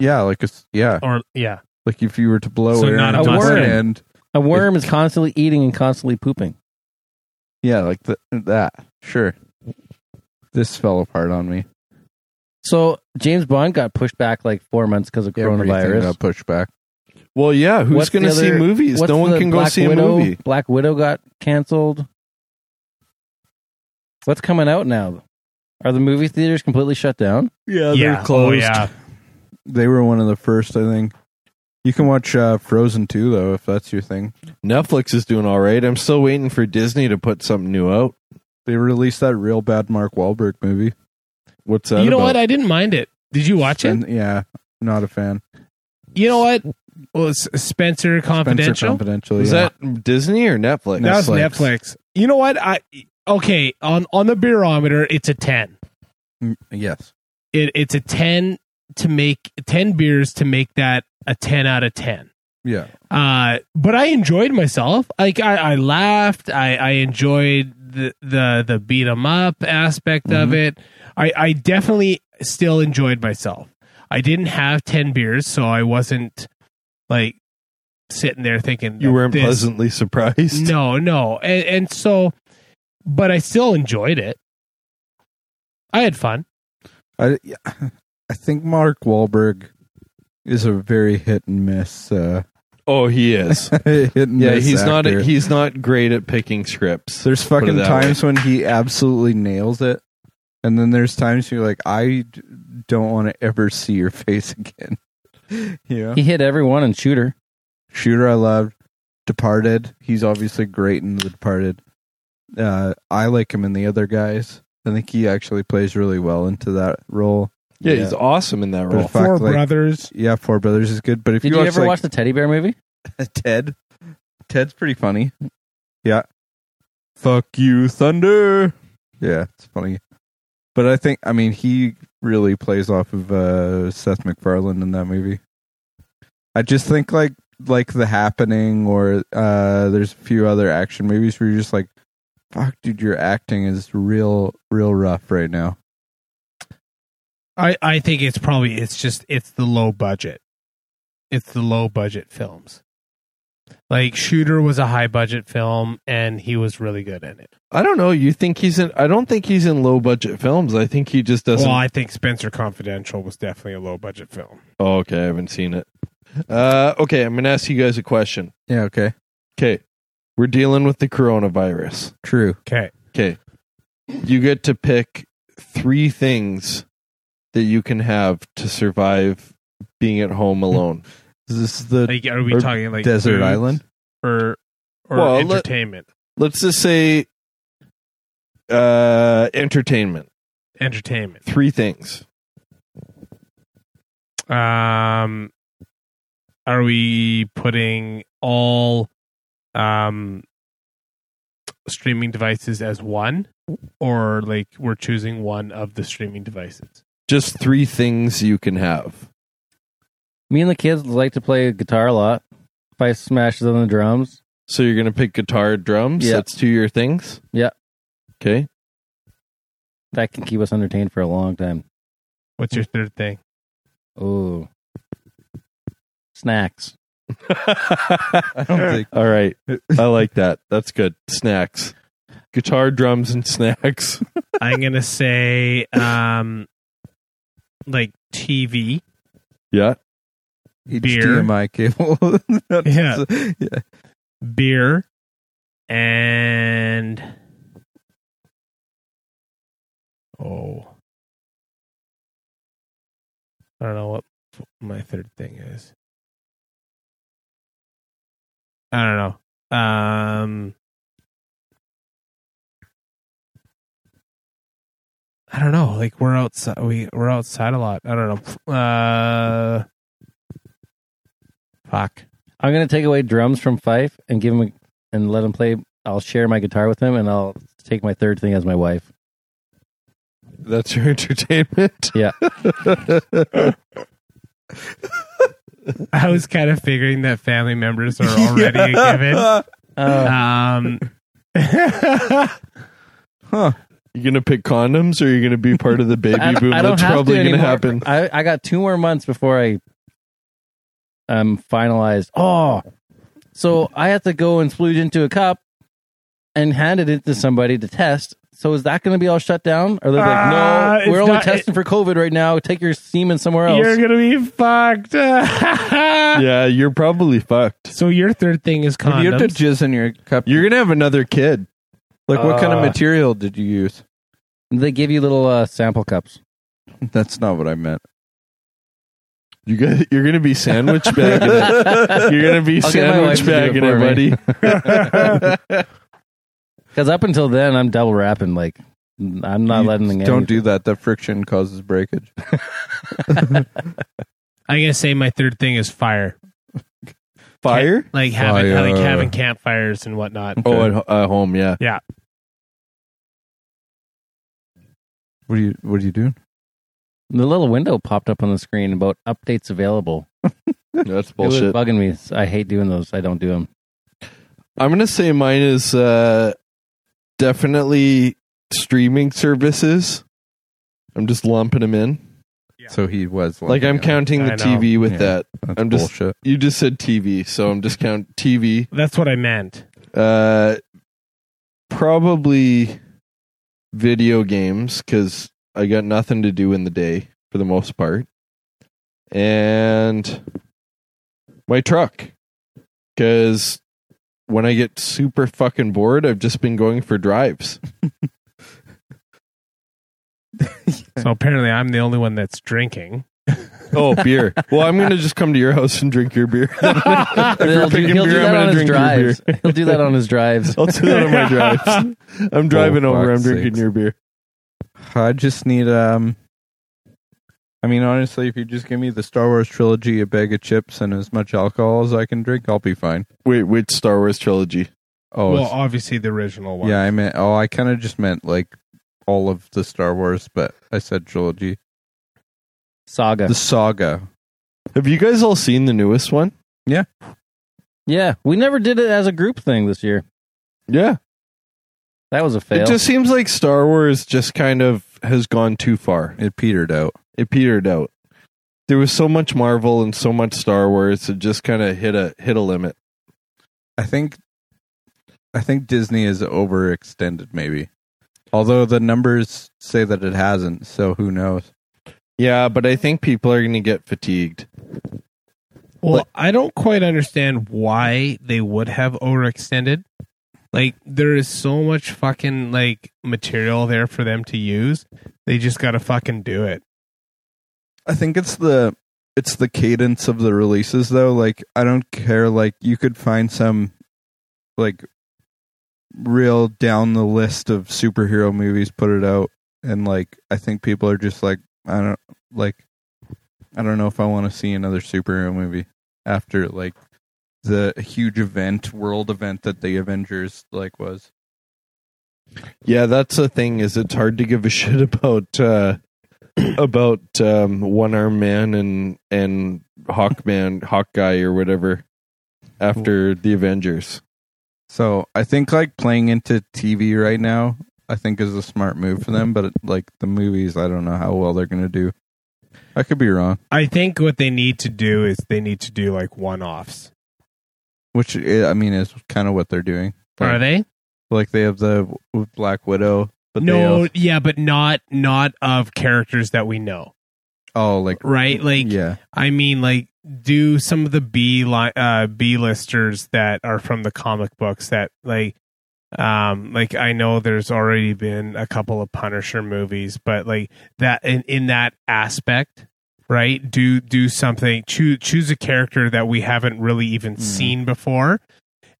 [SPEAKER 2] Yeah, like a s- yeah,
[SPEAKER 3] or yeah.
[SPEAKER 2] like if you were to blow
[SPEAKER 3] So
[SPEAKER 2] air
[SPEAKER 3] not a
[SPEAKER 2] into one
[SPEAKER 4] worm.
[SPEAKER 2] end.
[SPEAKER 4] a worm is constantly eating and constantly pooping.
[SPEAKER 2] Yeah, like th- that. Sure. This fell apart on me.
[SPEAKER 4] So James Bond got pushed back like four months because of
[SPEAKER 2] Everything
[SPEAKER 4] coronavirus.
[SPEAKER 2] got pushed back.
[SPEAKER 5] Well, yeah, who's
[SPEAKER 4] What's
[SPEAKER 5] going
[SPEAKER 4] the
[SPEAKER 5] to see
[SPEAKER 4] other-
[SPEAKER 5] movies?
[SPEAKER 4] what's
[SPEAKER 5] No one
[SPEAKER 4] the
[SPEAKER 5] can go
[SPEAKER 4] Black
[SPEAKER 5] see
[SPEAKER 4] Widow?
[SPEAKER 5] a movie.
[SPEAKER 4] Black Widow got canceled. What's coming out now? Are the movie theaters completely shut down?
[SPEAKER 2] Yeah,
[SPEAKER 3] yeah. Oh yeah.
[SPEAKER 2] They were one of the first, I think. You can watch uh, Frozen 2 though if that's your thing.
[SPEAKER 5] Netflix is doing all right. I'm still waiting for Disney to put something new out.
[SPEAKER 2] They released that real bad Mark Wahlberg movie.
[SPEAKER 5] What's that?
[SPEAKER 3] You know
[SPEAKER 5] about?
[SPEAKER 3] what? I didn't mind it. Did you watch it?
[SPEAKER 2] And, yeah, not a fan.
[SPEAKER 3] You know what? Well, it's Spencer Confidential.
[SPEAKER 2] Spencer Confidential.
[SPEAKER 5] Is
[SPEAKER 2] yeah.
[SPEAKER 5] that Disney or Netflix?
[SPEAKER 3] That was Netflix. You know what? I okay on on the barometer, it's a ten.
[SPEAKER 2] Mm, Yes.
[SPEAKER 3] it, it's a 10 to make 10 beers to make that a 10 out of 10
[SPEAKER 2] Yeah.
[SPEAKER 3] uh but i enjoyed myself like i i laughed i i enjoyed the the the beat 'em up aspect
[SPEAKER 5] Mm-hmm.
[SPEAKER 3] of it i i definitely still enjoyed myself i didn't have 10 beers so i wasn't like sitting there thinking
[SPEAKER 5] You
[SPEAKER 3] that
[SPEAKER 5] weren't
[SPEAKER 3] this-
[SPEAKER 5] pleasantly surprised.
[SPEAKER 3] no, no. And, and so, but I still enjoyed it. I had fun.
[SPEAKER 2] I yeah. I think Mark Wahlberg is a very hit and miss uh
[SPEAKER 5] Oh, he is.
[SPEAKER 2] hit and
[SPEAKER 5] yeah,
[SPEAKER 2] miss
[SPEAKER 5] he's not.
[SPEAKER 2] actor.
[SPEAKER 5] He's not great at picking scripts.
[SPEAKER 2] There's
[SPEAKER 5] it
[SPEAKER 2] fucking
[SPEAKER 5] that
[SPEAKER 2] times when he absolutely nails it, and then there's times you're like, I d- don't want to ever see your face again. yeah,
[SPEAKER 4] He hit everyone in Shooter.
[SPEAKER 2] Shooter, I loved. Departed, he's obviously great in The Departed. Uh, I like him in the other guys. I think he actually plays really well into that role.
[SPEAKER 5] Yeah, he's awesome in that
[SPEAKER 2] But
[SPEAKER 5] role.
[SPEAKER 2] if I- Four like-
[SPEAKER 3] brothers.
[SPEAKER 2] Yeah, Four Brothers is good, but if
[SPEAKER 4] Did
[SPEAKER 2] you,
[SPEAKER 4] you,
[SPEAKER 2] watch,
[SPEAKER 4] ever
[SPEAKER 2] like,
[SPEAKER 4] watch the teddy bear movie?
[SPEAKER 2] Ted, Ted's pretty funny. Yeah, fuck you, Thunder. Yeah, it's funny. But I think I mean he really plays off of uh, Seth MacFarlane in that movie. I just think like like The Happening or uh, there's a few other action movies where you're just like, fuck, dude, your acting is real real rough right now.
[SPEAKER 3] I, I think it's probably it's just it's the low budget. It's the low budget films. Like Shooter was a high budget film and he was really good in it.
[SPEAKER 5] I don't know. You think he's in? I don't think he's in low budget films. I think he just doesn't.
[SPEAKER 3] well, I think Spencer Confidential was definitely a low budget film.
[SPEAKER 5] oh, okay. I haven't seen it. Uh, okay, I'm gonna ask you guys a question.
[SPEAKER 2] Yeah. Okay.
[SPEAKER 5] Okay, we're dealing with the coronavirus.
[SPEAKER 2] True.
[SPEAKER 3] Okay.
[SPEAKER 5] Okay, you get to pick three things that you can have to survive being at home alone.
[SPEAKER 2] Is this the
[SPEAKER 3] Like are we
[SPEAKER 2] Or
[SPEAKER 3] talking like
[SPEAKER 2] desert
[SPEAKER 3] foods
[SPEAKER 2] island?
[SPEAKER 3] or or
[SPEAKER 5] Well, let-
[SPEAKER 3] entertainment?
[SPEAKER 5] Let's just say, uh, entertainment.
[SPEAKER 3] entertainment.
[SPEAKER 5] Three things.
[SPEAKER 3] Um are we putting all um streaming devices as one or like we're choosing one of the streaming devices?
[SPEAKER 5] Just three things you can have.
[SPEAKER 4] Me and the kids like to play guitar a lot. If I smashes on the drums.
[SPEAKER 5] So you're gonna pick guitar, drums.
[SPEAKER 4] Yeah.
[SPEAKER 5] That's two of your things.
[SPEAKER 4] Yeah.
[SPEAKER 5] Okay.
[SPEAKER 4] That can keep us entertained for a long time.
[SPEAKER 3] What's your third thing?
[SPEAKER 4] Oh, snacks.
[SPEAKER 2] I don't think
[SPEAKER 3] Uh,
[SPEAKER 5] All right. I like that. That's good. Snacks. guitar, drums, and snacks.
[SPEAKER 3] I'm gonna say um like TV.
[SPEAKER 5] Yeah.
[SPEAKER 3] Beer.
[SPEAKER 2] HDMI cable.
[SPEAKER 3] Yeah.
[SPEAKER 2] yeah.
[SPEAKER 3] beer and oh i don't know what f- my third thing is i don't know um i don't know like we're outside we we're outside a lot i don't know uh fuck
[SPEAKER 4] I'm gonna take away drums from Fife and give him a, and let him play. I'll share my guitar with him, and I'll take my third thing as my wife.
[SPEAKER 5] That's your entertainment.
[SPEAKER 4] Yeah.
[SPEAKER 3] I was kind of figuring that family members are already a
[SPEAKER 4] Uh,
[SPEAKER 3] given. Um,
[SPEAKER 2] Huh.
[SPEAKER 5] you gonna pick condoms, or you are gonna be part of the baby
[SPEAKER 4] I,
[SPEAKER 5] boom
[SPEAKER 4] I don't
[SPEAKER 5] that's
[SPEAKER 4] have
[SPEAKER 5] probably
[SPEAKER 4] to
[SPEAKER 5] gonna
[SPEAKER 4] anymore.
[SPEAKER 5] happen?
[SPEAKER 4] I, I got two more months before I um finalized. Oh, so I have to go and splooge into a cup and handed it to somebody to test. So is that going to be all shut down? Or they're like,
[SPEAKER 3] Ah,
[SPEAKER 4] no, we're
[SPEAKER 3] it's
[SPEAKER 4] only
[SPEAKER 3] not-
[SPEAKER 4] testing for COVID right now. Take your semen somewhere else.
[SPEAKER 3] you're gonna be fucked.
[SPEAKER 5] yeah, you're probably fucked.
[SPEAKER 3] So your third thing is
[SPEAKER 2] If you have to
[SPEAKER 3] condoms.
[SPEAKER 2] jizz in your cup,
[SPEAKER 5] You're gonna have another kid.
[SPEAKER 2] like what kind of
[SPEAKER 1] Uh.
[SPEAKER 2] material did you use?
[SPEAKER 4] They give you little uh, sample cups.
[SPEAKER 2] That's not what I meant.
[SPEAKER 5] You got, you're gonna be sandwich bagging it. You're gonna be
[SPEAKER 4] I'll get my wife to
[SPEAKER 5] sandwich
[SPEAKER 4] do it
[SPEAKER 5] bagging
[SPEAKER 4] for
[SPEAKER 5] it,
[SPEAKER 4] me.
[SPEAKER 5] buddy.
[SPEAKER 4] Because up until then, I'm double wrapping. Like, I'm not
[SPEAKER 2] You
[SPEAKER 4] letting the
[SPEAKER 2] Don't do that. The friction causes breakage.
[SPEAKER 3] I'm gonna say my third thing is fire.
[SPEAKER 5] Fire?
[SPEAKER 3] Ca- like having
[SPEAKER 2] Fire.
[SPEAKER 3] like having campfires and whatnot.
[SPEAKER 5] Oh, at, ho- at home, yeah.
[SPEAKER 2] What are you What are you doing?
[SPEAKER 4] The little window popped up on the screen about updates available. It
[SPEAKER 5] That's
[SPEAKER 4] was
[SPEAKER 5] bullshit.
[SPEAKER 4] bugging me. I hate doing those. I don't do them.
[SPEAKER 5] I'm gonna say mine is uh, definitely streaming services. I'm just lumping them in.
[SPEAKER 3] Yeah.
[SPEAKER 2] So he was
[SPEAKER 5] Like I'm
[SPEAKER 2] counting.
[SPEAKER 5] counting the
[SPEAKER 3] I know.
[SPEAKER 5] TV with
[SPEAKER 2] Yeah.
[SPEAKER 5] that.
[SPEAKER 2] That's
[SPEAKER 5] I'm just-
[SPEAKER 2] bullshit.
[SPEAKER 5] You just said TV, so I'm just counting TV.
[SPEAKER 3] That's what I meant.
[SPEAKER 5] Uh, probably video games because I got nothing to do in the day for the most part, and my truck because when I get super fucking bored, I've just been going for drives.
[SPEAKER 3] So apparently I'm the only one that's drinking.
[SPEAKER 5] Oh, beer. well, I'm gonna just come to your house and drink your beer. if
[SPEAKER 4] He'll
[SPEAKER 5] you're
[SPEAKER 4] do,
[SPEAKER 5] picking
[SPEAKER 4] he'll do
[SPEAKER 5] beer, I'm
[SPEAKER 4] that on
[SPEAKER 5] gonna
[SPEAKER 4] his
[SPEAKER 5] drink your beer.
[SPEAKER 4] drives. He'll do that on his drives.
[SPEAKER 5] I'll do that on my drives. I'm driving
[SPEAKER 2] Oh,
[SPEAKER 5] over. I'm
[SPEAKER 2] fuck's
[SPEAKER 5] drinking
[SPEAKER 2] sakes.
[SPEAKER 5] your beer.
[SPEAKER 2] I just need um. I mean, honestly, if you just give me the Star Wars trilogy, a bag of chips, and as much alcohol as I can drink, I'll be fine.
[SPEAKER 5] Wait, which Star Wars trilogy?
[SPEAKER 2] Oh,
[SPEAKER 3] well,
[SPEAKER 2] it's-
[SPEAKER 3] obviously the original one.
[SPEAKER 2] yeah. I meant. Oh, I kind of just meant like all of the Star Wars, but I said trilogy,
[SPEAKER 4] Saga.
[SPEAKER 2] the saga.
[SPEAKER 5] Have you guys all seen the newest one?
[SPEAKER 4] Yeah, we never did it as a group thing this year.
[SPEAKER 5] Yeah.
[SPEAKER 4] That was a fail.
[SPEAKER 5] It just seems like Star Wars just kind of has gone too far.
[SPEAKER 2] It petered out.
[SPEAKER 5] It petered out. There was so much Marvel and so much Star Wars, it just kind of hit a hit a limit.
[SPEAKER 2] I think I think Disney is overextended maybe. Although the numbers say that it hasn't, so who knows.
[SPEAKER 5] Yeah, but I think people are going to get fatigued.
[SPEAKER 3] Well, I don't quite understand why they would have overextended. Like there is so much fucking like material there for them to use. They just got to fucking do it.
[SPEAKER 2] I think it's the it's the cadence of the releases though. Like I don't care like you could find some like real down the list of superhero movies put it out and like I think people are just like I don't like I don't know if I want to see another superhero movie after like the huge event world event that the Avengers like was.
[SPEAKER 5] Yeah, that's the thing is it's hard to give a shit about uh about um One Arm Man and and Hawkman, Hawkeye or whatever after the Avengers.
[SPEAKER 2] So I think like playing into TV right now, I think is a smart move for them. But like the movies, I don't know how well they're gonna do. I could be wrong.
[SPEAKER 3] I think what they need to do is they need to do like one-offs.
[SPEAKER 2] Which eh, I mean is kind of what they're doing.
[SPEAKER 3] Are they?
[SPEAKER 2] Like they have the w- Black Widow, but they
[SPEAKER 3] no,
[SPEAKER 2] have-
[SPEAKER 3] yeah, but not not of characters that we know,
[SPEAKER 2] oh, like
[SPEAKER 3] right? Like,
[SPEAKER 2] yeah,
[SPEAKER 3] I mean, like, do some of the B li- uh, B listers that are from the comic books that like, um, like I know there's already been a couple of Punisher movies, but like that in in that aspect, right? Do do something choose choose a character that we haven't really even
[SPEAKER 2] Mm.
[SPEAKER 3] seen before,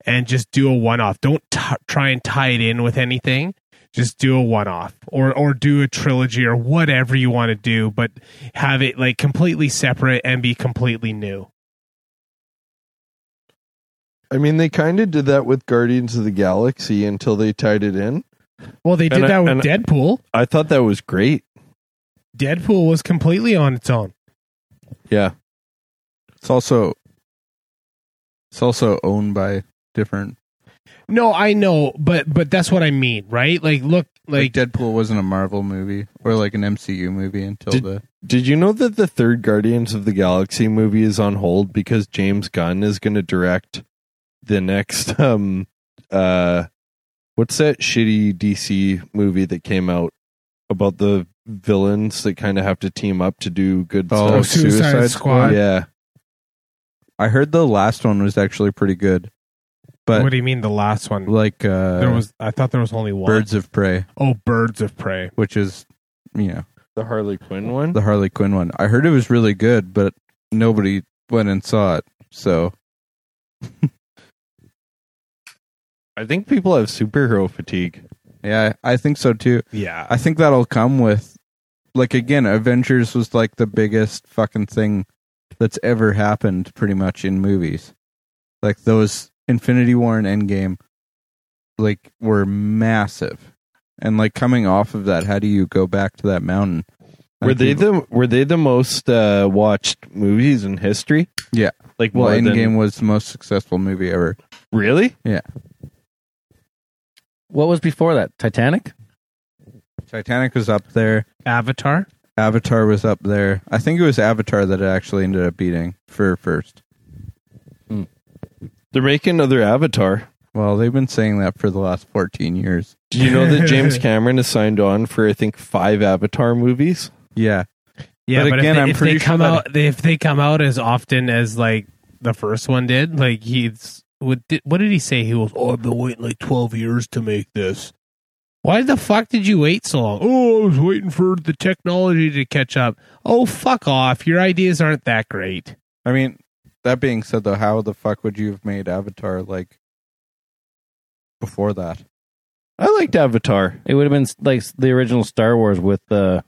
[SPEAKER 3] and just do a one off. Don't t- try and tie it in with anything. Just do a one off, or or do a trilogy, or whatever you want to do, but have it like completely separate and be completely new.
[SPEAKER 5] I mean, they kind of did that with Guardians of the Galaxy until they tied it in.
[SPEAKER 3] Well, they did
[SPEAKER 5] And I-
[SPEAKER 3] that with
[SPEAKER 5] and-
[SPEAKER 3] Deadpool.
[SPEAKER 5] I thought that was great.
[SPEAKER 3] Deadpool was completely on its own.
[SPEAKER 5] Yeah.
[SPEAKER 2] it's also it's also owned by different.
[SPEAKER 3] No, I know, but but that's what I mean, right? Like, look,
[SPEAKER 2] Like,
[SPEAKER 3] like,
[SPEAKER 2] Deadpool wasn't a Marvel movie or like an MCU movie until
[SPEAKER 5] Did-
[SPEAKER 2] the
[SPEAKER 5] Did you know that the third Guardians of the Galaxy movie is on hold because James Gunn is going to direct the next um uh what's that shitty DC movie that came out about the villains that kind of have to team up to do good
[SPEAKER 2] Oh,
[SPEAKER 5] stuff?
[SPEAKER 2] Suicide Squad.
[SPEAKER 5] Yeah.
[SPEAKER 2] I heard the last one was actually pretty good, but
[SPEAKER 3] what do you mean the last one?
[SPEAKER 2] like uh,
[SPEAKER 3] there was, I thought there was only one.
[SPEAKER 2] Birds of Prey,
[SPEAKER 3] Oh, Birds of Prey.
[SPEAKER 2] which is you know
[SPEAKER 5] The Harley Quinn one?
[SPEAKER 2] the Harley Quinn one. I heard it was really good, but nobody went and saw it. So
[SPEAKER 5] I think people have superhero fatigue.
[SPEAKER 2] yeah, I think so too.
[SPEAKER 3] Yeah,
[SPEAKER 2] I think that'll come with like again, Avengers was like the biggest fucking thing that's ever happened pretty much in movies. Like those Infinity War and Endgame like were massive. And like coming off of that, how do you go back to that mountain?
[SPEAKER 5] Were
[SPEAKER 2] Like,
[SPEAKER 5] they the were they the most uh, watched movies in history?
[SPEAKER 2] Yeah.
[SPEAKER 5] like
[SPEAKER 2] well,
[SPEAKER 5] more
[SPEAKER 2] Endgame
[SPEAKER 5] than-
[SPEAKER 2] was the most successful movie ever.
[SPEAKER 5] Really?
[SPEAKER 4] What was before that? Titanic?
[SPEAKER 2] Titanic was up there.
[SPEAKER 3] Avatar.
[SPEAKER 2] Avatar was up there. I think it was Avatar that it actually ended up beating for first.
[SPEAKER 5] They're making another Avatar.
[SPEAKER 2] Well, they've been saying that for the last 14 years.
[SPEAKER 5] Do you know that James Cameron has signed on for I think five Avatar movies?
[SPEAKER 2] Yeah.
[SPEAKER 3] Yeah,
[SPEAKER 2] But
[SPEAKER 3] but,
[SPEAKER 2] again,
[SPEAKER 3] if they,
[SPEAKER 2] I'm
[SPEAKER 3] if
[SPEAKER 2] pretty
[SPEAKER 3] they
[SPEAKER 2] sure
[SPEAKER 3] come
[SPEAKER 2] that-
[SPEAKER 3] out, they, if they come out as often as like the first one did, like he's what did, what did he say? He was, oh, I've been waiting like twelve years to make this. Why the fuck did you wait so long? Oh, I was waiting for the technology to catch up. Oh, fuck off! Your ideas aren't that great.
[SPEAKER 2] I mean, that being said, though, how the fuck would you have made Avatar like before that?
[SPEAKER 5] I liked Avatar.
[SPEAKER 4] It would have been like the original Star Wars with the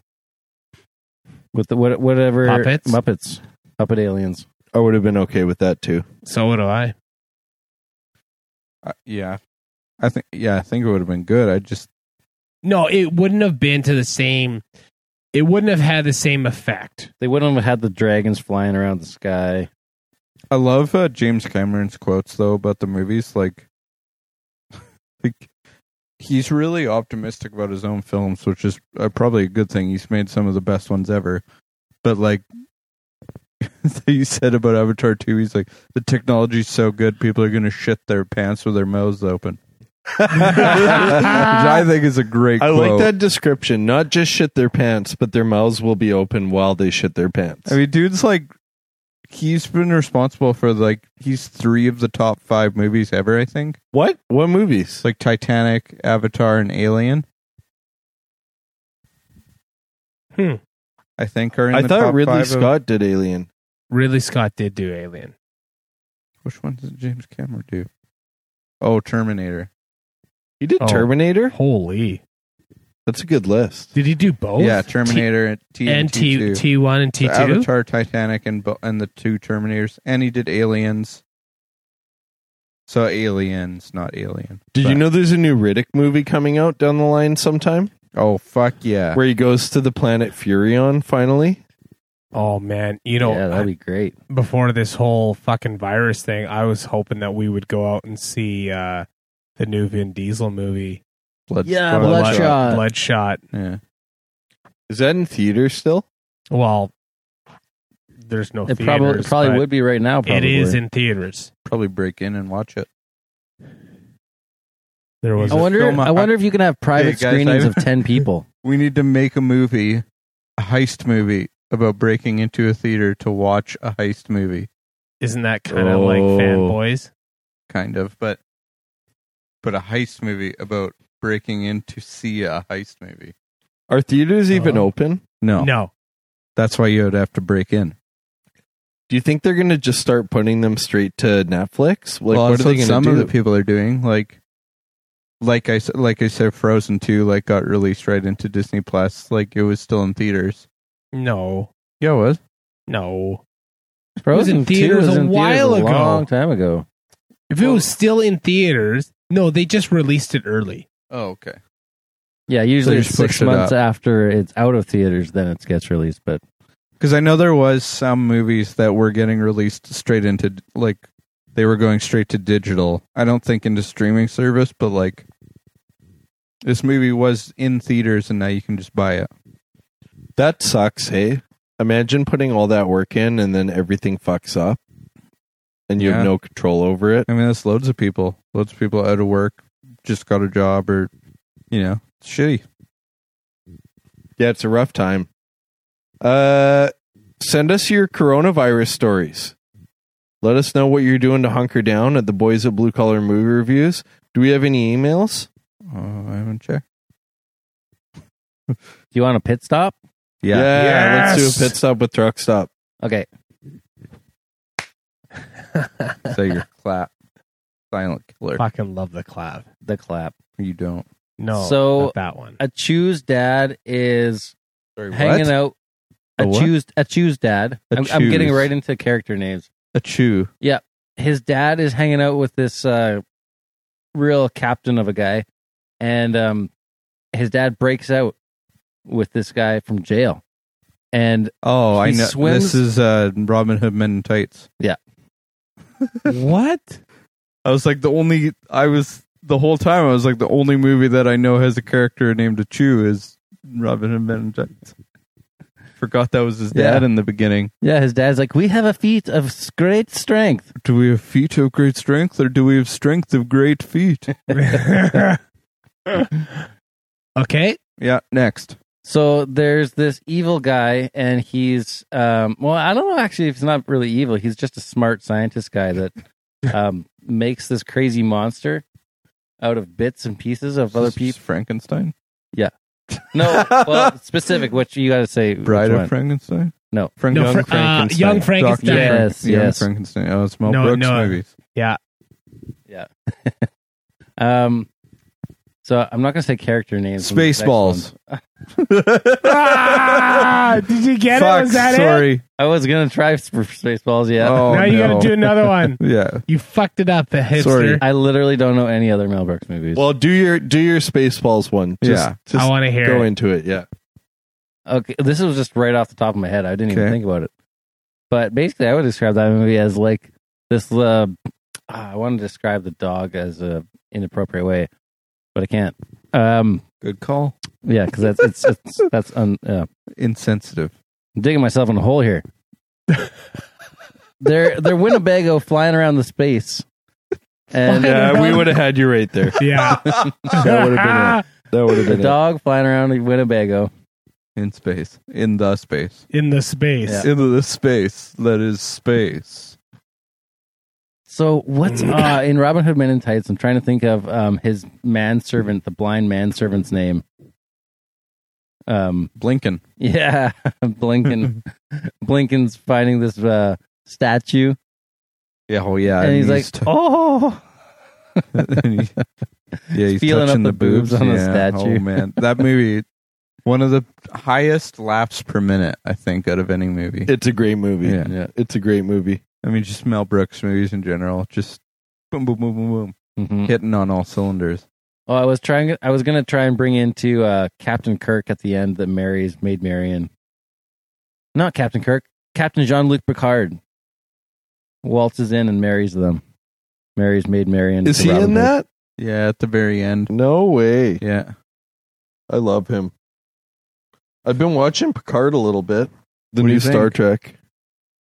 [SPEAKER 4] with the what, whatever
[SPEAKER 3] Muppets?
[SPEAKER 4] Muppets, Muppet aliens.
[SPEAKER 5] I would have been okay with that too.
[SPEAKER 3] So would I.
[SPEAKER 2] Uh, yeah, I think yeah, I think it would have been good. I just
[SPEAKER 3] No, it wouldn't have been to the same. It wouldn't have had the same effect.
[SPEAKER 4] They wouldn't have had the dragons flying around the sky.
[SPEAKER 2] I love uh, James Cameron's quotes though about the movies. Like, like he's really optimistic about his own films, which is uh, probably a good thing. He's made some of the best ones ever, but like. he said about Avatar 2, he's like, the technology's so good, people are going to shit their pants with their mouths open. Which I think is a great.
[SPEAKER 5] I
[SPEAKER 2] quote.
[SPEAKER 5] like that description. Not just shit their pants, but their mouths will be open while they shit their pants.
[SPEAKER 2] I mean, dude's like, he's been responsible for like he's three of the top five movies ever. I think
[SPEAKER 5] what? What movies?
[SPEAKER 2] it's like Titanic, Avatar, and Alien.
[SPEAKER 3] Hmm.
[SPEAKER 2] I think are in
[SPEAKER 5] I
[SPEAKER 2] the
[SPEAKER 5] thought
[SPEAKER 2] top
[SPEAKER 5] Ridley
[SPEAKER 2] five of-
[SPEAKER 5] Scott did Alien.
[SPEAKER 3] Ridley Scott did do Alien.
[SPEAKER 2] which one did James Cameron do? Oh, Terminator.
[SPEAKER 5] He did
[SPEAKER 3] Oh.
[SPEAKER 5] Terminator.
[SPEAKER 3] Holy!
[SPEAKER 5] That's a good list.
[SPEAKER 3] Did he do both?
[SPEAKER 2] yeah, Terminator T
[SPEAKER 3] Oh. and T
[SPEAKER 2] T
[SPEAKER 3] T one and T
[SPEAKER 2] two.
[SPEAKER 3] two.
[SPEAKER 2] Avatar, Titanic, and bo- and the two Terminators, and he did Aliens. So aliens, not alien.
[SPEAKER 5] Did
[SPEAKER 2] But-
[SPEAKER 5] you know there's a new Riddick movie coming out down the line sometime
[SPEAKER 2] Oh fuck yeah!
[SPEAKER 5] where he goes to the planet Furion finally?
[SPEAKER 3] Oh man, you know,
[SPEAKER 4] yeah, that'd be great.
[SPEAKER 3] before this whole fucking virus thing, I was hoping that we would go out and see uh, the new Vin Diesel movie,
[SPEAKER 2] Blood
[SPEAKER 4] Yeah,
[SPEAKER 2] Squad.
[SPEAKER 4] Bloodshot.
[SPEAKER 3] Bloodshot.
[SPEAKER 2] Yeah.
[SPEAKER 5] Is that in theater still?
[SPEAKER 3] Well, there's no.
[SPEAKER 4] It probably it
[SPEAKER 3] theaters,
[SPEAKER 4] probably
[SPEAKER 3] but
[SPEAKER 4] would be right now. Probably
[SPEAKER 3] It is in theaters.
[SPEAKER 2] probably break in and watch it.
[SPEAKER 3] There was
[SPEAKER 2] Is
[SPEAKER 4] I
[SPEAKER 2] it
[SPEAKER 3] a,
[SPEAKER 4] wonder.
[SPEAKER 2] film-
[SPEAKER 4] I wonder if you can have private
[SPEAKER 2] guys,
[SPEAKER 4] screenings
[SPEAKER 2] I-
[SPEAKER 4] of ten people.
[SPEAKER 2] We need to make a movie, a heist movie about breaking into a theater to watch a heist movie,
[SPEAKER 3] isn't that kind of like
[SPEAKER 5] Oh.
[SPEAKER 3] fanboys?
[SPEAKER 2] kind of, but but a heist movie about breaking in to see a heist movie.
[SPEAKER 5] Are theaters even
[SPEAKER 3] Uh-huh.
[SPEAKER 5] open?
[SPEAKER 2] No,
[SPEAKER 3] No,
[SPEAKER 2] that's why you would have to break in.
[SPEAKER 5] Do you think they're going to just start putting them straight to Netflix?
[SPEAKER 2] well,
[SPEAKER 5] Like, what are
[SPEAKER 2] that's
[SPEAKER 5] they
[SPEAKER 2] what
[SPEAKER 5] going
[SPEAKER 2] some
[SPEAKER 5] to
[SPEAKER 2] of
[SPEAKER 5] do?
[SPEAKER 2] the people are doing. Like, like I said, like I said, Frozen Two like got released right into Disney Plus. Like it was still in theaters.
[SPEAKER 3] no,
[SPEAKER 2] Yeah, it was.
[SPEAKER 3] no.
[SPEAKER 4] Frozen
[SPEAKER 3] in
[SPEAKER 4] two
[SPEAKER 3] theaters
[SPEAKER 4] was
[SPEAKER 3] a
[SPEAKER 4] in
[SPEAKER 3] while
[SPEAKER 4] theaters
[SPEAKER 3] ago.
[SPEAKER 4] a long time ago.
[SPEAKER 3] If it was still in theaters, no, they just released it early.
[SPEAKER 2] Oh, okay.
[SPEAKER 4] Yeah, usually
[SPEAKER 2] they
[SPEAKER 4] it's
[SPEAKER 2] just
[SPEAKER 4] six
[SPEAKER 2] pushed it
[SPEAKER 4] months
[SPEAKER 2] up.
[SPEAKER 4] after it's out of theaters, then it gets released. But
[SPEAKER 2] Because I know there was some movies that were getting released straight into like they were going straight to digital. I don't think into streaming service, but like this movie was in theaters and now you can just buy it.
[SPEAKER 5] That sucks, hey? Imagine putting all that work in and then everything fucks up and you
[SPEAKER 2] Yeah.
[SPEAKER 5] have no control over it.
[SPEAKER 2] I mean, that's loads of people. Loads of people out of work, just got a job, or you know, it's shitty.
[SPEAKER 5] Yeah, it's a rough time. Uh send us your coronavirus stories. Let us know what you're doing to hunker down at the boys at blue collar movie reviews. Do we have any emails?
[SPEAKER 2] Oh, I haven't checked.
[SPEAKER 4] do you want a pit stop?
[SPEAKER 2] Yeah.
[SPEAKER 3] Yes!
[SPEAKER 5] let's do a pit stop with truck stop.
[SPEAKER 4] Okay,
[SPEAKER 2] So your clap, silent killer.
[SPEAKER 3] Fucking love the clap.
[SPEAKER 4] the clap.
[SPEAKER 2] You don't.
[SPEAKER 3] No,
[SPEAKER 4] So-
[SPEAKER 3] not that one.
[SPEAKER 4] A choose dad is
[SPEAKER 2] Sorry,
[SPEAKER 4] hanging
[SPEAKER 2] what?
[SPEAKER 4] out.
[SPEAKER 2] A
[SPEAKER 4] A,
[SPEAKER 2] what?
[SPEAKER 4] choose a choose dad.
[SPEAKER 2] A
[SPEAKER 4] I'm, I'm getting
[SPEAKER 2] choose.
[SPEAKER 4] right into character names.
[SPEAKER 2] A chew.
[SPEAKER 4] His dad is hanging out with this uh, real captain of a guy, and um, his dad breaks out with this guy from jail, and
[SPEAKER 2] Oh, I
[SPEAKER 4] He
[SPEAKER 2] know.
[SPEAKER 4] swims-
[SPEAKER 2] This is uh, Robin Hood Men in Tights.
[SPEAKER 3] what?
[SPEAKER 2] I was like the only. I was the whole time. I was like the only movie that I know has a character named a chew is Robin Hood Men in Tights. Forgot that was his dad
[SPEAKER 4] Yeah.
[SPEAKER 2] in the beginning.
[SPEAKER 4] yeah, his dad's like, "We have a feat of s- great strength."
[SPEAKER 2] Do we have feet of great strength, or do we have strength of great feet?
[SPEAKER 3] okay.
[SPEAKER 2] yeah. Next.
[SPEAKER 4] So there's this evil guy, and he's um, well, I don't know actually if he's not really evil. He's just a smart scientist guy that um, makes this crazy monster out of bits and pieces of other
[SPEAKER 2] This is
[SPEAKER 4] people.
[SPEAKER 2] Frankenstein.
[SPEAKER 4] No, well, specific. What you got to say? which
[SPEAKER 2] Bride
[SPEAKER 4] one.
[SPEAKER 2] of Frankenstein.
[SPEAKER 4] No.
[SPEAKER 2] Frank,
[SPEAKER 3] No,
[SPEAKER 2] young
[SPEAKER 3] Fra- uh,
[SPEAKER 2] Frankenstein.
[SPEAKER 3] Young
[SPEAKER 2] Dr.
[SPEAKER 3] Frankenstein.
[SPEAKER 4] Yes,
[SPEAKER 2] Young
[SPEAKER 4] yes.
[SPEAKER 2] Frankenstein. Oh, it's Mel
[SPEAKER 3] No,
[SPEAKER 2] Brooks
[SPEAKER 3] no.
[SPEAKER 2] movies.
[SPEAKER 4] Um, so I'm not gonna say character names. in the next
[SPEAKER 2] Spaceballs.
[SPEAKER 4] one.
[SPEAKER 3] Ah, did you get
[SPEAKER 2] Fuck,
[SPEAKER 3] it? Was that it?
[SPEAKER 2] sorry.
[SPEAKER 4] I was gonna try for Spaceballs. Yeah,
[SPEAKER 2] Oh,
[SPEAKER 3] now you
[SPEAKER 2] no.
[SPEAKER 3] got to do another one.
[SPEAKER 2] Yeah.
[SPEAKER 3] You fucked it up, the hipster.
[SPEAKER 2] Sorry.
[SPEAKER 4] I literally don't know any other Mel Brooks movies.
[SPEAKER 5] Well, do your do your Spaceballs one. Just,
[SPEAKER 2] Yeah.
[SPEAKER 5] just
[SPEAKER 3] I want to hear
[SPEAKER 5] go
[SPEAKER 3] it.
[SPEAKER 5] into it. Yeah.
[SPEAKER 4] Okay, this was just right off the top of my head. I didn't even
[SPEAKER 2] Okay.
[SPEAKER 4] think about it. But basically, I would describe that movie as like this. Uh, ah, I want to describe the dog as a inappropriate way, but I can't. Um,
[SPEAKER 2] Good call.
[SPEAKER 4] yeah, because that's it's, it's that's un, uh, yeah.
[SPEAKER 2] Insensitive.
[SPEAKER 4] I'm digging myself in a hole here. they're they're Winnebago flying around the space, and
[SPEAKER 5] Yeah, we would have had you right there.
[SPEAKER 3] Yeah.
[SPEAKER 5] That would have That would have
[SPEAKER 4] the
[SPEAKER 5] been it.
[SPEAKER 4] dog flying around in Winnebago.
[SPEAKER 2] In space. In the space.
[SPEAKER 3] In the space.
[SPEAKER 4] Yeah.
[SPEAKER 2] Into the space that is space.
[SPEAKER 4] So what's uh, in Robin Hood Men in Tights? I'm trying to think of um, his manservant, the blind manservant's name. Um,
[SPEAKER 2] Blinken.
[SPEAKER 4] yeah, Blinken. Blinken's finding this uh, statue,
[SPEAKER 2] Yeah. Oh, yeah.
[SPEAKER 4] and he's like,
[SPEAKER 2] t-
[SPEAKER 4] "Oh,
[SPEAKER 2] and he- yeah, he's
[SPEAKER 4] feeling up
[SPEAKER 2] touching
[SPEAKER 4] the
[SPEAKER 2] the boobs,
[SPEAKER 4] boobs on the
[SPEAKER 2] yeah.
[SPEAKER 4] statue.
[SPEAKER 2] Oh man, that movie, one of the highest laughs per minute, I think, out of any movie.
[SPEAKER 5] It's a great movie.
[SPEAKER 2] Yeah.
[SPEAKER 4] yeah."
[SPEAKER 5] It's a great movie.
[SPEAKER 2] I mean, just Mel Brooks movies in general, just boom, boom, boom, boom, boom,
[SPEAKER 4] hmm
[SPEAKER 2] hitting on all cylinders.
[SPEAKER 4] Oh, I was trying. I was gonna try and bring into uh, Captain Kirk at the end that marries Maid Marian. Not Captain Kirk. Captain Jean Luc Picard waltzes in and marries them. Marries Maid Marian.
[SPEAKER 5] Is
[SPEAKER 4] to
[SPEAKER 5] he
[SPEAKER 4] Robin
[SPEAKER 5] in
[SPEAKER 4] Hood.
[SPEAKER 5] that?
[SPEAKER 2] Yeah, at the very end.
[SPEAKER 5] No way.
[SPEAKER 2] Yeah,
[SPEAKER 5] I love him. I've been watching Picard a little bit.
[SPEAKER 2] What do
[SPEAKER 5] The new
[SPEAKER 2] you think?
[SPEAKER 5] Star Trek.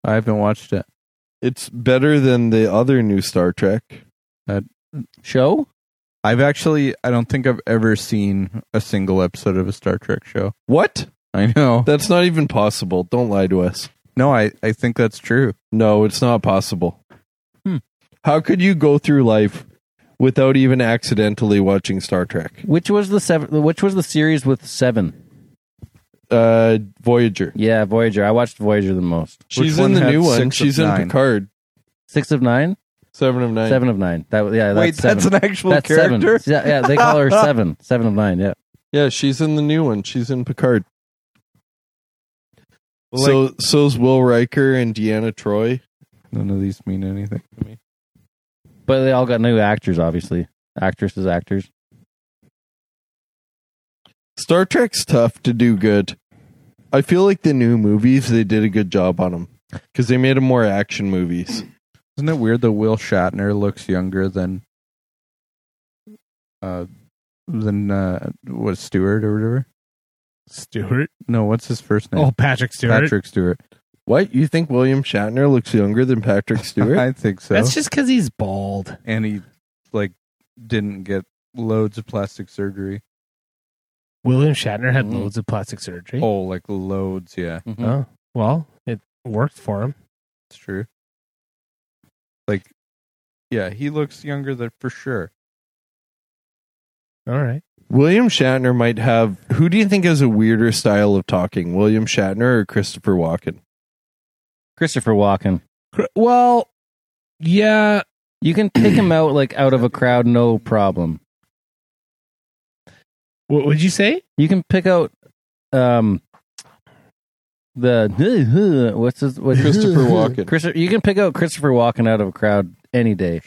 [SPEAKER 2] I haven't watched it.
[SPEAKER 5] It's better than the other new Star Trek.
[SPEAKER 4] show?
[SPEAKER 2] I've actually, I don't think I've ever seen a single episode of a Star Trek show.
[SPEAKER 5] What?
[SPEAKER 2] I know.
[SPEAKER 5] That's not even possible. Don't lie to us.
[SPEAKER 2] No, I, I think that's true.
[SPEAKER 5] No, it's not possible.
[SPEAKER 2] Hmm.
[SPEAKER 5] How could you go through life without even accidentally watching Star Trek?
[SPEAKER 4] Which was the seven? Which was the series with seven?
[SPEAKER 5] Uh, Voyager.
[SPEAKER 4] Yeah, Voyager. I watched Voyager the most.
[SPEAKER 5] She's
[SPEAKER 2] one
[SPEAKER 5] in the
[SPEAKER 2] had
[SPEAKER 5] new one.
[SPEAKER 2] six of
[SPEAKER 5] She's in
[SPEAKER 2] nine?
[SPEAKER 5] Picard.
[SPEAKER 4] Six of nine,
[SPEAKER 5] Seven of nine.
[SPEAKER 4] seven of nine. That was- yeah. That's
[SPEAKER 2] Wait,
[SPEAKER 4] seven.
[SPEAKER 2] that's an actual
[SPEAKER 4] That's
[SPEAKER 2] character?
[SPEAKER 4] seven. Yeah, yeah. They call her seven. Seven of nine. Yeah.
[SPEAKER 5] Yeah, she's in the new one. She's in Picard.
[SPEAKER 3] Well,
[SPEAKER 5] so so's Will Riker and Deanna Troy.
[SPEAKER 2] None of these mean anything to me.
[SPEAKER 4] But they all got new actors, obviously. Actresses, actors.
[SPEAKER 5] Star Trek's tough to do good. I feel like the new movies they did a good job on them because they made them more action movies.
[SPEAKER 2] Isn't it weird that Will Shatner looks younger than uh than uh what Stewart or whatever?
[SPEAKER 3] Stewart.
[SPEAKER 2] No, what's his first name?
[SPEAKER 3] Oh, Patrick Stewart.
[SPEAKER 2] Patrick Stewart.
[SPEAKER 5] What you think William Shatner looks younger than Patrick Stewart?
[SPEAKER 2] I think so.
[SPEAKER 3] That's just because he's bald.
[SPEAKER 2] and he like didn't get loads of plastic surgery.
[SPEAKER 3] William Shatner had
[SPEAKER 4] Mhm.
[SPEAKER 3] loads of plastic surgery.
[SPEAKER 2] Oh, like loads, yeah.
[SPEAKER 5] Mm-hmm.
[SPEAKER 4] Uh,
[SPEAKER 3] Oh, well, it worked for him.
[SPEAKER 2] It's true. Like yeah, he looks younger than for sure.
[SPEAKER 3] All right.
[SPEAKER 5] William Shatner might have. Who do you think has a weirder style of talking, William Shatner or Christopher Walken?
[SPEAKER 4] Christopher Walken.
[SPEAKER 3] Cr- Well, yeah,
[SPEAKER 4] You can pick him out like out of a crowd, no problem.
[SPEAKER 3] What would you say?
[SPEAKER 4] You can pick out um the what's his what's
[SPEAKER 5] Christopher Walken.
[SPEAKER 4] Christopher, you can pick out Christopher Walken out of a crowd any day.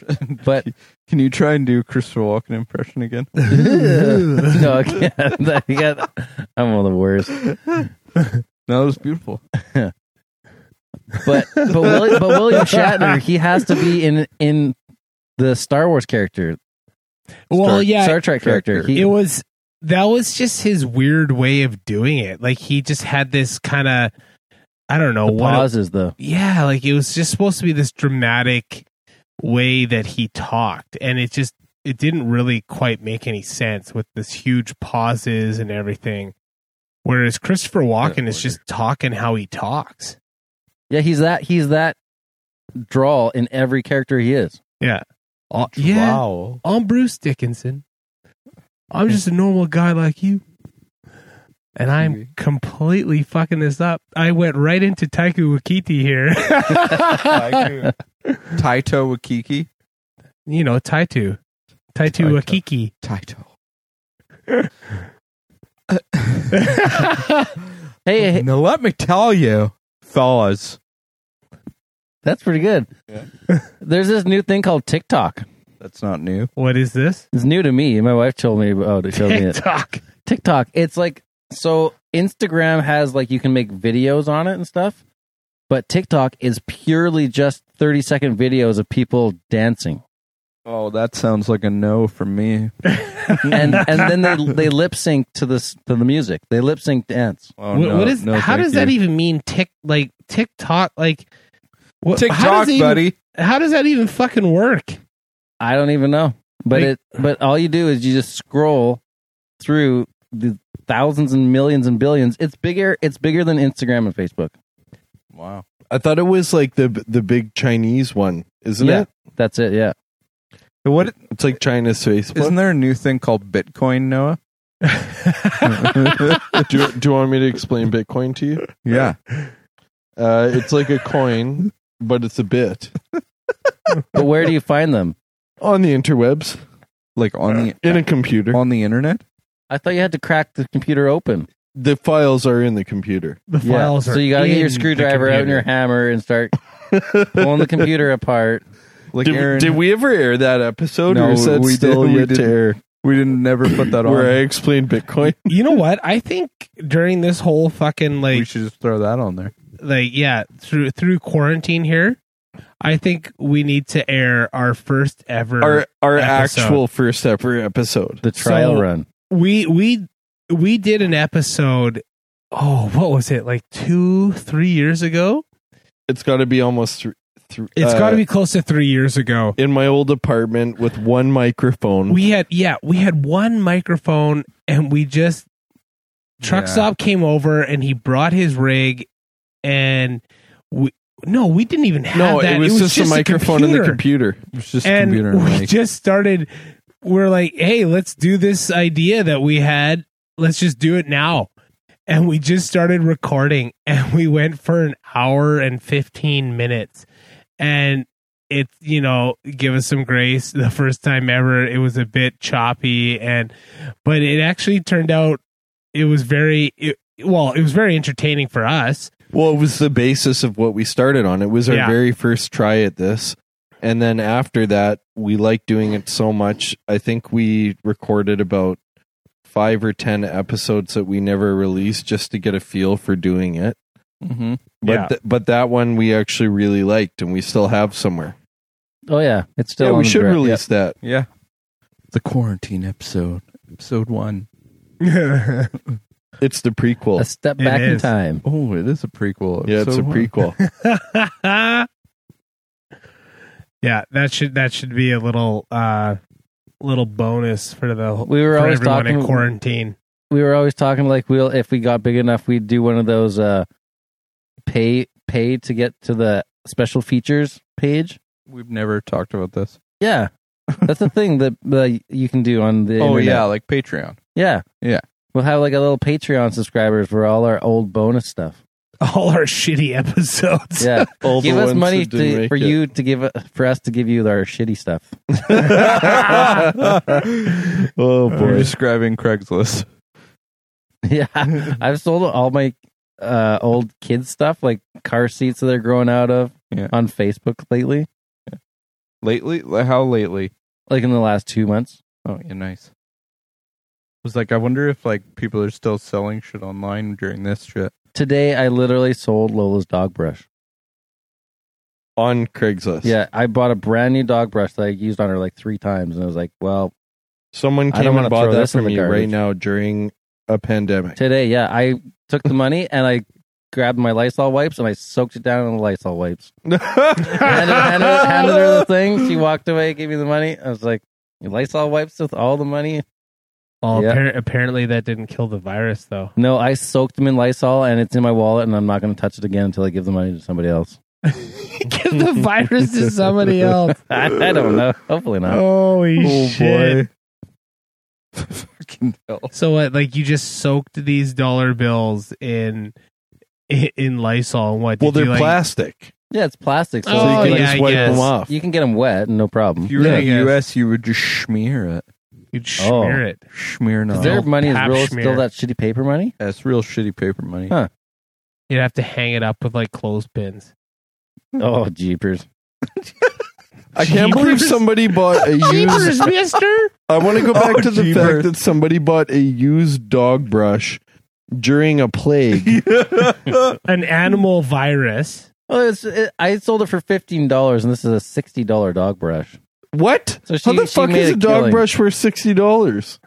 [SPEAKER 4] But
[SPEAKER 2] Can you try and do Christopher Walken impression again?
[SPEAKER 4] no, I can't. I can't. I'm one of the worst.
[SPEAKER 2] No, that was beautiful.
[SPEAKER 4] But but William, but William Shatner, he has to be in in the Star Wars character,
[SPEAKER 3] Well, yeah,
[SPEAKER 4] Star Trek character. He,
[SPEAKER 3] it was that was just his weird way of doing it. Like he just had this kind of I don't know
[SPEAKER 4] the
[SPEAKER 3] what
[SPEAKER 4] pauses though.
[SPEAKER 3] yeah, like it was just supposed to be this dramatic way that he talked, and it just it didn't really quite make any sense with this huge pauses and everything. Whereas Christopher Walken is just talking how he talks.
[SPEAKER 4] Yeah, he's that. He's that drawl in every character he is.
[SPEAKER 3] Uh, yeah, I'm Bruce Dickinson. I'm just a normal guy like you. And I'm completely fucking this up. I went right into Taiku Wakiti here.
[SPEAKER 2] Taito Wakiki.
[SPEAKER 3] you know, Taitu. Taitu
[SPEAKER 2] Taito.
[SPEAKER 3] Wakiki.
[SPEAKER 2] Taito.
[SPEAKER 4] Hey, hey,
[SPEAKER 2] Now let me tell you, thaws.
[SPEAKER 4] that's pretty good. There's this new thing called TikTok.
[SPEAKER 2] That's not new.
[SPEAKER 3] what is this?
[SPEAKER 4] It's new to me. My wife told me about it. Showed me it.
[SPEAKER 3] TikTok.
[SPEAKER 4] TikTok. It's like so Instagram has like you can make videos on it and stuff, but TikTok is purely just 30 second videos of people dancing.
[SPEAKER 2] Oh, that sounds like a no from me.
[SPEAKER 4] And and then they they lip sync to this to the music. They lip sync dance.
[SPEAKER 2] Oh,
[SPEAKER 3] What-
[SPEAKER 2] no,
[SPEAKER 3] what is
[SPEAKER 2] no,
[SPEAKER 3] how
[SPEAKER 2] thank
[SPEAKER 3] does that e-,
[SPEAKER 2] you.
[SPEAKER 3] even mean tick like TikTok like what, how
[SPEAKER 2] TikTok,
[SPEAKER 3] does e-, it even-
[SPEAKER 2] buddy?
[SPEAKER 3] How does that even fucking work?
[SPEAKER 4] I don't even know. But
[SPEAKER 3] Like-
[SPEAKER 4] it but all you do is you just scroll through the thousands and millions and billions. It's bigger it's bigger than Instagram and Facebook.
[SPEAKER 2] Wow.
[SPEAKER 5] I thought it was like the the big Chinese one, isn't
[SPEAKER 4] Yeah.
[SPEAKER 5] it?
[SPEAKER 4] That's it, yeah.
[SPEAKER 2] What
[SPEAKER 5] It's like China's Facebook.
[SPEAKER 2] isn't there a new thing called Bitcoin, Noah?
[SPEAKER 5] do, you, do you want me to explain Bitcoin to you?
[SPEAKER 2] Yeah.
[SPEAKER 5] Uh, it's like a coin, but it's a bit
[SPEAKER 4] But where do you find them?
[SPEAKER 5] on the interwebs
[SPEAKER 2] Like on the
[SPEAKER 5] in a computer.
[SPEAKER 2] on the internet?
[SPEAKER 4] I thought you had to crack the computer open.
[SPEAKER 5] The files are in the computer.
[SPEAKER 3] The
[SPEAKER 4] Yeah.
[SPEAKER 3] files are
[SPEAKER 4] So you gotta get
[SPEAKER 3] in
[SPEAKER 4] your
[SPEAKER 3] the
[SPEAKER 4] screwdriver out and your
[SPEAKER 3] computer.
[SPEAKER 4] hammer and start pulling the computer apart.
[SPEAKER 2] Like
[SPEAKER 5] Did,
[SPEAKER 2] Aaron,
[SPEAKER 5] did we ever air that episode?
[SPEAKER 2] No,
[SPEAKER 5] or is that
[SPEAKER 2] we
[SPEAKER 5] still
[SPEAKER 2] didn't- we
[SPEAKER 5] yet to
[SPEAKER 2] didn't.
[SPEAKER 5] air?
[SPEAKER 2] we didn't never put that on.
[SPEAKER 5] Where I explained Bitcoin.
[SPEAKER 3] you know what? I think during this whole fucking
[SPEAKER 2] We
[SPEAKER 3] like
[SPEAKER 2] should just throw that on there.
[SPEAKER 3] like yeah, through through quarantine here, I think we need to air our first ever
[SPEAKER 5] Our our
[SPEAKER 3] Episode.
[SPEAKER 5] actual first ever episode.
[SPEAKER 4] The trial
[SPEAKER 3] So-
[SPEAKER 4] run.
[SPEAKER 3] we we we did an episode oh, what was it? Like 2 3 years ago?
[SPEAKER 5] It's got to be almost th- th-
[SPEAKER 3] It's
[SPEAKER 5] uh,
[SPEAKER 3] got to be close to three years ago.
[SPEAKER 5] in my old apartment with one microphone.
[SPEAKER 3] We had yeah, we had one microphone, and we just truck
[SPEAKER 2] Yeah.
[SPEAKER 3] stop came over, and he brought his rig, and we no, we didn't even have
[SPEAKER 5] no,
[SPEAKER 3] that.
[SPEAKER 5] it was, just, a microphone and the computer.
[SPEAKER 2] It was just
[SPEAKER 3] and
[SPEAKER 2] computer and
[SPEAKER 3] we
[SPEAKER 2] mic.
[SPEAKER 3] just started. We're like, hey, let's do this idea that we had. Let's just do it now. And we just started recording, and we went for an hour and fifteen minutes, and it, you know, give us some grace. The first time ever, it was a bit choppy, and but it actually turned out it was very it, well. It was very entertaining for us.
[SPEAKER 5] Well, it was the basis of what we started on. It was our
[SPEAKER 3] Yeah.
[SPEAKER 5] very first try at this. And then after that, we liked doing it so much. I think we recorded about five or 10 episodes that we never released just to get a feel for doing it.
[SPEAKER 4] Mm-hmm.
[SPEAKER 2] Mhm.
[SPEAKER 5] But,
[SPEAKER 3] Yeah.
[SPEAKER 5] th- but that one we actually really liked and we still have somewhere.
[SPEAKER 4] Oh yeah, it's still.
[SPEAKER 5] yeah,
[SPEAKER 4] on
[SPEAKER 5] we
[SPEAKER 4] the
[SPEAKER 5] should
[SPEAKER 4] gra-
[SPEAKER 5] release that.
[SPEAKER 2] Yeah. The quarantine episode, episode one.
[SPEAKER 5] It's the
[SPEAKER 4] yeah. a
[SPEAKER 5] prequel.
[SPEAKER 4] step
[SPEAKER 3] It
[SPEAKER 4] back in
[SPEAKER 3] is.
[SPEAKER 4] time.
[SPEAKER 2] Oh, it is a prequel.
[SPEAKER 5] Yeah, it's a
[SPEAKER 2] episode one.
[SPEAKER 5] prequel.
[SPEAKER 3] yeah, that should that should be a little uh little bonus for the
[SPEAKER 4] We were
[SPEAKER 3] for
[SPEAKER 4] always
[SPEAKER 3] everyone in
[SPEAKER 4] talking-
[SPEAKER 3] quarantine.
[SPEAKER 4] we were always talking like we'll if we got big enough we'd do one of those uh pay pay to get to the special features page
[SPEAKER 2] We've never talked about this.
[SPEAKER 4] yeah that's the thing that uh, you can do on the
[SPEAKER 2] Oh
[SPEAKER 4] internet.
[SPEAKER 2] yeah, like Patreon.
[SPEAKER 4] yeah
[SPEAKER 2] Yeah.
[SPEAKER 4] we'll have like a little patreon subscribers for all our old bonus stuff
[SPEAKER 3] All our shitty episodes.
[SPEAKER 4] yeah
[SPEAKER 5] All the
[SPEAKER 4] give us
[SPEAKER 5] ones
[SPEAKER 4] money
[SPEAKER 5] that didn't
[SPEAKER 4] to,
[SPEAKER 5] make
[SPEAKER 4] for
[SPEAKER 5] it.
[SPEAKER 4] you to give for us to give you our shitty stuff
[SPEAKER 5] oh,
[SPEAKER 2] We're
[SPEAKER 5] boy.
[SPEAKER 2] describing Craigslist.
[SPEAKER 4] yeah i've sold all my uh old kids stuff like car seats that they're growing out of
[SPEAKER 2] Yeah.
[SPEAKER 4] on facebook lately
[SPEAKER 2] Lately, how lately?
[SPEAKER 4] like in the last two months
[SPEAKER 2] Oh, yeah, nice. was like, I wonder if like people are still selling shit online during this shit.
[SPEAKER 4] Today I literally sold Lola's dog brush.
[SPEAKER 5] On Craigslist.
[SPEAKER 4] Yeah, I bought a brand new dog brush that I used on her like three times, and I was like, "Well,
[SPEAKER 5] Someone
[SPEAKER 4] I don't
[SPEAKER 5] came
[SPEAKER 4] wanna
[SPEAKER 5] and bought
[SPEAKER 4] throw
[SPEAKER 5] that
[SPEAKER 4] this in
[SPEAKER 5] from
[SPEAKER 4] the
[SPEAKER 5] you
[SPEAKER 4] garbage.
[SPEAKER 5] right now during a pandemic.
[SPEAKER 4] today, yeah." I took the money and I grabbed my Lysol wipes and I soaked it down in Lysol wipes. handed, handed, handed her the thing. She walked away, gave me the money. I was like, "Lysol wipes with all the money?"
[SPEAKER 3] Well,
[SPEAKER 4] Yeah.
[SPEAKER 3] appar- apparently that didn't kill the virus though.
[SPEAKER 4] No, I soaked them in Lysol, and it's in my wallet, and I'm not going to touch it again until I give the money to somebody else.
[SPEAKER 3] Give the virus to somebody else.
[SPEAKER 4] I, I don't know. Hopefully not.
[SPEAKER 3] Holy
[SPEAKER 5] Oh,
[SPEAKER 3] shit.
[SPEAKER 5] boy.
[SPEAKER 2] Fucking hell.
[SPEAKER 3] So what? Like you just soaked these dollar bills in in, in Lysol and what?
[SPEAKER 5] Well,
[SPEAKER 3] did you,
[SPEAKER 5] they're
[SPEAKER 3] like-
[SPEAKER 5] plastic,
[SPEAKER 4] Yeah, it's plastic, so
[SPEAKER 5] so
[SPEAKER 3] Oh,
[SPEAKER 5] you can
[SPEAKER 3] yeah,
[SPEAKER 5] just
[SPEAKER 3] I
[SPEAKER 5] wipe
[SPEAKER 3] guess.
[SPEAKER 5] them off.
[SPEAKER 4] you can get them wet, no problem.
[SPEAKER 2] If you were in
[SPEAKER 3] Yeah.
[SPEAKER 2] the U.S., you would just smear it.
[SPEAKER 3] You'd smear it.
[SPEAKER 2] Smear
[SPEAKER 4] Is
[SPEAKER 2] not.
[SPEAKER 4] their
[SPEAKER 3] old
[SPEAKER 4] money is
[SPEAKER 3] pap
[SPEAKER 4] real
[SPEAKER 3] smear.
[SPEAKER 4] still that shitty paper money?
[SPEAKER 2] That's real shitty paper money.
[SPEAKER 4] Huh.
[SPEAKER 3] You'd have to hang it up with like clothespins.
[SPEAKER 4] Oh, jeepers.
[SPEAKER 5] I can't believe
[SPEAKER 3] Jeepers.
[SPEAKER 5] somebody bought a used.
[SPEAKER 3] Mister.
[SPEAKER 5] I want to go back
[SPEAKER 2] Oh,
[SPEAKER 5] to the
[SPEAKER 2] jeepers.
[SPEAKER 5] fact that somebody bought a used dog brush during a plague.
[SPEAKER 3] an animal virus.
[SPEAKER 4] Well, Oh, it's, it, I sold it for fifteen dollars, and this is a sixty dollar dog brush.
[SPEAKER 5] what?
[SPEAKER 4] So
[SPEAKER 5] How
[SPEAKER 4] she-
[SPEAKER 5] the
[SPEAKER 4] she
[SPEAKER 5] fuck
[SPEAKER 4] made
[SPEAKER 5] is
[SPEAKER 4] a
[SPEAKER 5] a dog
[SPEAKER 4] killing.
[SPEAKER 5] brush worth sixty dollars?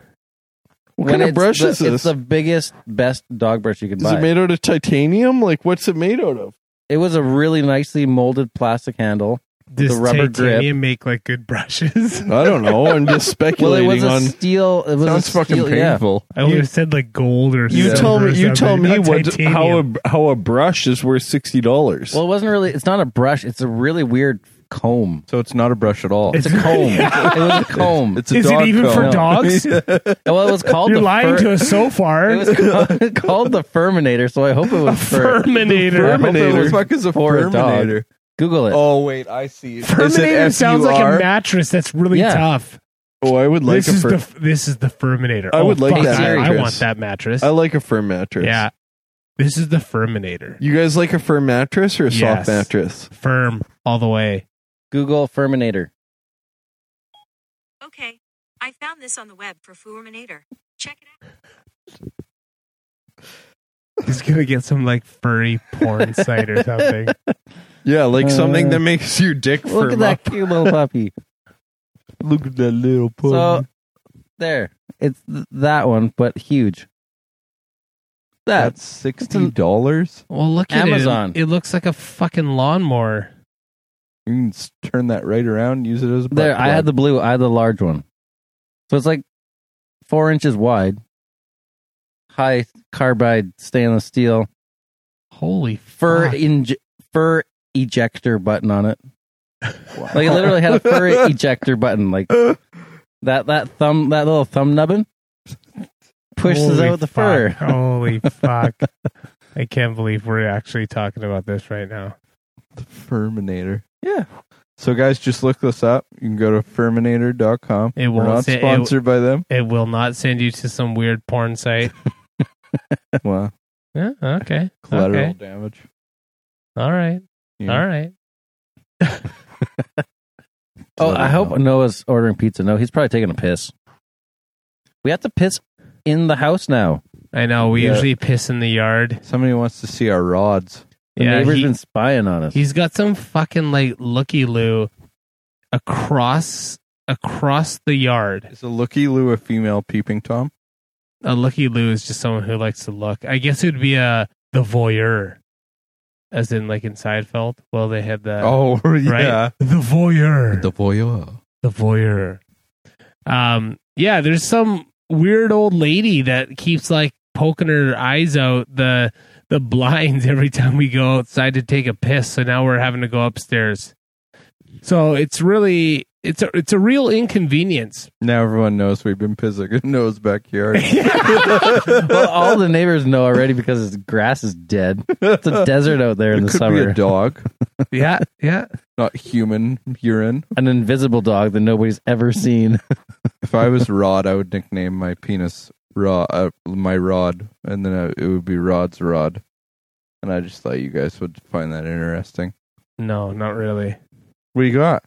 [SPEAKER 5] What kind of brush
[SPEAKER 4] the,
[SPEAKER 5] is this?
[SPEAKER 4] It's the biggest, best dog brush you can
[SPEAKER 5] is
[SPEAKER 4] buy.
[SPEAKER 5] it
[SPEAKER 4] It,
[SPEAKER 5] made out of titanium? Like, what's it made out of?
[SPEAKER 4] was a really nicely molded plastic handle.
[SPEAKER 3] Does
[SPEAKER 4] The rubber grip.
[SPEAKER 3] titanium make like good brushes?
[SPEAKER 5] I don't know. I'm just
[SPEAKER 4] Well, it
[SPEAKER 5] speculating
[SPEAKER 4] was a
[SPEAKER 5] on.
[SPEAKER 4] steel. It was
[SPEAKER 2] Sounds
[SPEAKER 4] a steel,
[SPEAKER 2] fucking painful.
[SPEAKER 3] I would have said like gold or
[SPEAKER 5] You
[SPEAKER 3] silver
[SPEAKER 5] tell
[SPEAKER 3] or
[SPEAKER 5] me. You tell
[SPEAKER 3] something,
[SPEAKER 5] me
[SPEAKER 3] not
[SPEAKER 5] what
[SPEAKER 3] titanium.
[SPEAKER 5] how a how a brush is worth sixty dollars.
[SPEAKER 4] Yeah. Well, it wasn't really. It's not a brush. It's a really weird comb.
[SPEAKER 2] So it's not a brush at all.
[SPEAKER 4] It's a comb. It was a comb.
[SPEAKER 2] It's a
[SPEAKER 3] Is it
[SPEAKER 2] dog
[SPEAKER 3] even
[SPEAKER 2] comb.
[SPEAKER 3] for
[SPEAKER 4] No.
[SPEAKER 3] dogs?
[SPEAKER 5] Oh,
[SPEAKER 4] well, it was called.
[SPEAKER 3] You're
[SPEAKER 4] the
[SPEAKER 3] lying
[SPEAKER 4] fur-
[SPEAKER 3] to us so far.
[SPEAKER 4] It was called, called the Furminator, so I hope it was fur.
[SPEAKER 3] Furminator.
[SPEAKER 4] Fur-
[SPEAKER 2] What the
[SPEAKER 4] Terminator.
[SPEAKER 2] fuck is a
[SPEAKER 4] For a dog.
[SPEAKER 2] Terminator?
[SPEAKER 4] Google it.
[SPEAKER 2] Oh wait, I see.
[SPEAKER 3] Furminator sounds like a mattress that's really
[SPEAKER 4] Yeah.
[SPEAKER 3] tough.
[SPEAKER 5] oh, I would like
[SPEAKER 3] this
[SPEAKER 5] a
[SPEAKER 3] is
[SPEAKER 5] fur.
[SPEAKER 3] the this is the Furminator.
[SPEAKER 5] I
[SPEAKER 3] Oh,
[SPEAKER 5] would like
[SPEAKER 3] fuck,
[SPEAKER 5] that
[SPEAKER 3] I, I
[SPEAKER 5] mattress.
[SPEAKER 3] want that mattress.
[SPEAKER 5] I like a firm mattress.
[SPEAKER 3] Yeah, this is the Furminator.
[SPEAKER 5] You guys like a firm mattress or a
[SPEAKER 3] Yes.
[SPEAKER 5] soft mattress?
[SPEAKER 3] Firm all the way.
[SPEAKER 4] Google Furminator.
[SPEAKER 6] Okay, I found this on the web for Furminator. Check it out.
[SPEAKER 3] He's gonna get some like furry porn site or something.
[SPEAKER 5] Yeah, like something
[SPEAKER 4] Uh,
[SPEAKER 5] that makes your dick
[SPEAKER 4] Look at
[SPEAKER 5] firm
[SPEAKER 4] that
[SPEAKER 5] up.
[SPEAKER 4] cute little puppy.
[SPEAKER 2] Look at that little
[SPEAKER 4] So there, it's th- that one, but huge. That
[SPEAKER 2] That's sixty dollars.
[SPEAKER 3] Well, look
[SPEAKER 4] at it. Amazon.
[SPEAKER 3] It looks like a fucking lawnmower.
[SPEAKER 2] You can s- turn that right around, use it as a butt
[SPEAKER 4] There, I had
[SPEAKER 2] plug.
[SPEAKER 4] the blue. I had the large one. So it's like four inches wide, high carbide stainless steel
[SPEAKER 3] Holy
[SPEAKER 4] fur
[SPEAKER 3] fuck.
[SPEAKER 4] inj- fur ejector button on it. Like it literally had a fur ejector button. Like that that thumb that little thumb nubbin pushes
[SPEAKER 3] Holy
[SPEAKER 4] out the
[SPEAKER 3] fuck.
[SPEAKER 4] fur.
[SPEAKER 3] Holy fuck. I can't believe we're actually talking about this right now.
[SPEAKER 2] Furminator. Yeah. So guys, just look this up. You can go to Furminator.com.
[SPEAKER 3] It
[SPEAKER 2] We're
[SPEAKER 3] won't
[SPEAKER 2] not
[SPEAKER 3] say- it-
[SPEAKER 2] sponsored by them.
[SPEAKER 3] It will not send you to some weird porn site.
[SPEAKER 2] Wow.
[SPEAKER 3] yeah, okay.
[SPEAKER 2] Collateral
[SPEAKER 3] Okay.
[SPEAKER 2] damage.
[SPEAKER 3] All right.
[SPEAKER 2] Yeah.
[SPEAKER 3] All right.
[SPEAKER 4] Oh, I hope Noah's ordering pizza. No, he's probably taking a piss. We have to piss in the house now.
[SPEAKER 3] I know. We
[SPEAKER 2] Yeah.
[SPEAKER 3] usually piss in the yard.
[SPEAKER 2] Somebody wants to see our rods.
[SPEAKER 4] The
[SPEAKER 3] Yeah,
[SPEAKER 4] neighbor's
[SPEAKER 3] he-
[SPEAKER 4] been spying on us.
[SPEAKER 3] He's got some fucking like looky loo across across the yard.
[SPEAKER 2] Is a looky loo a female peeping tom?
[SPEAKER 3] A looky loo is just someone who likes to look. I guess it would be a the voyeur, as in like in Seinfeld. Well, they had the
[SPEAKER 2] oh yeah.
[SPEAKER 3] the voyeur, the,
[SPEAKER 2] The voyeur.
[SPEAKER 3] voyeur. Um, yeah, there's some weird old lady that keeps like poking her eyes out the the blinds every time we go outside to take a piss. So now we're having to go upstairs. So it's really it's a it's a real inconvenience.
[SPEAKER 2] Now everyone knows we've been pissing in Noah's backyard.
[SPEAKER 4] well, all the neighbors know already because his grass is dead. It's a desert out there in
[SPEAKER 2] it
[SPEAKER 4] the
[SPEAKER 2] could be
[SPEAKER 4] summer.
[SPEAKER 2] a dog,
[SPEAKER 3] yeah, yeah.
[SPEAKER 2] not human urine.
[SPEAKER 4] An invisible dog that nobody's ever seen.
[SPEAKER 2] If I was Rod, I would nickname my penis Rod, uh, my Rod, and then uh, it would be Rod's Rod. And I just thought you guys would find that interesting.
[SPEAKER 3] No, not really.
[SPEAKER 2] What do you got?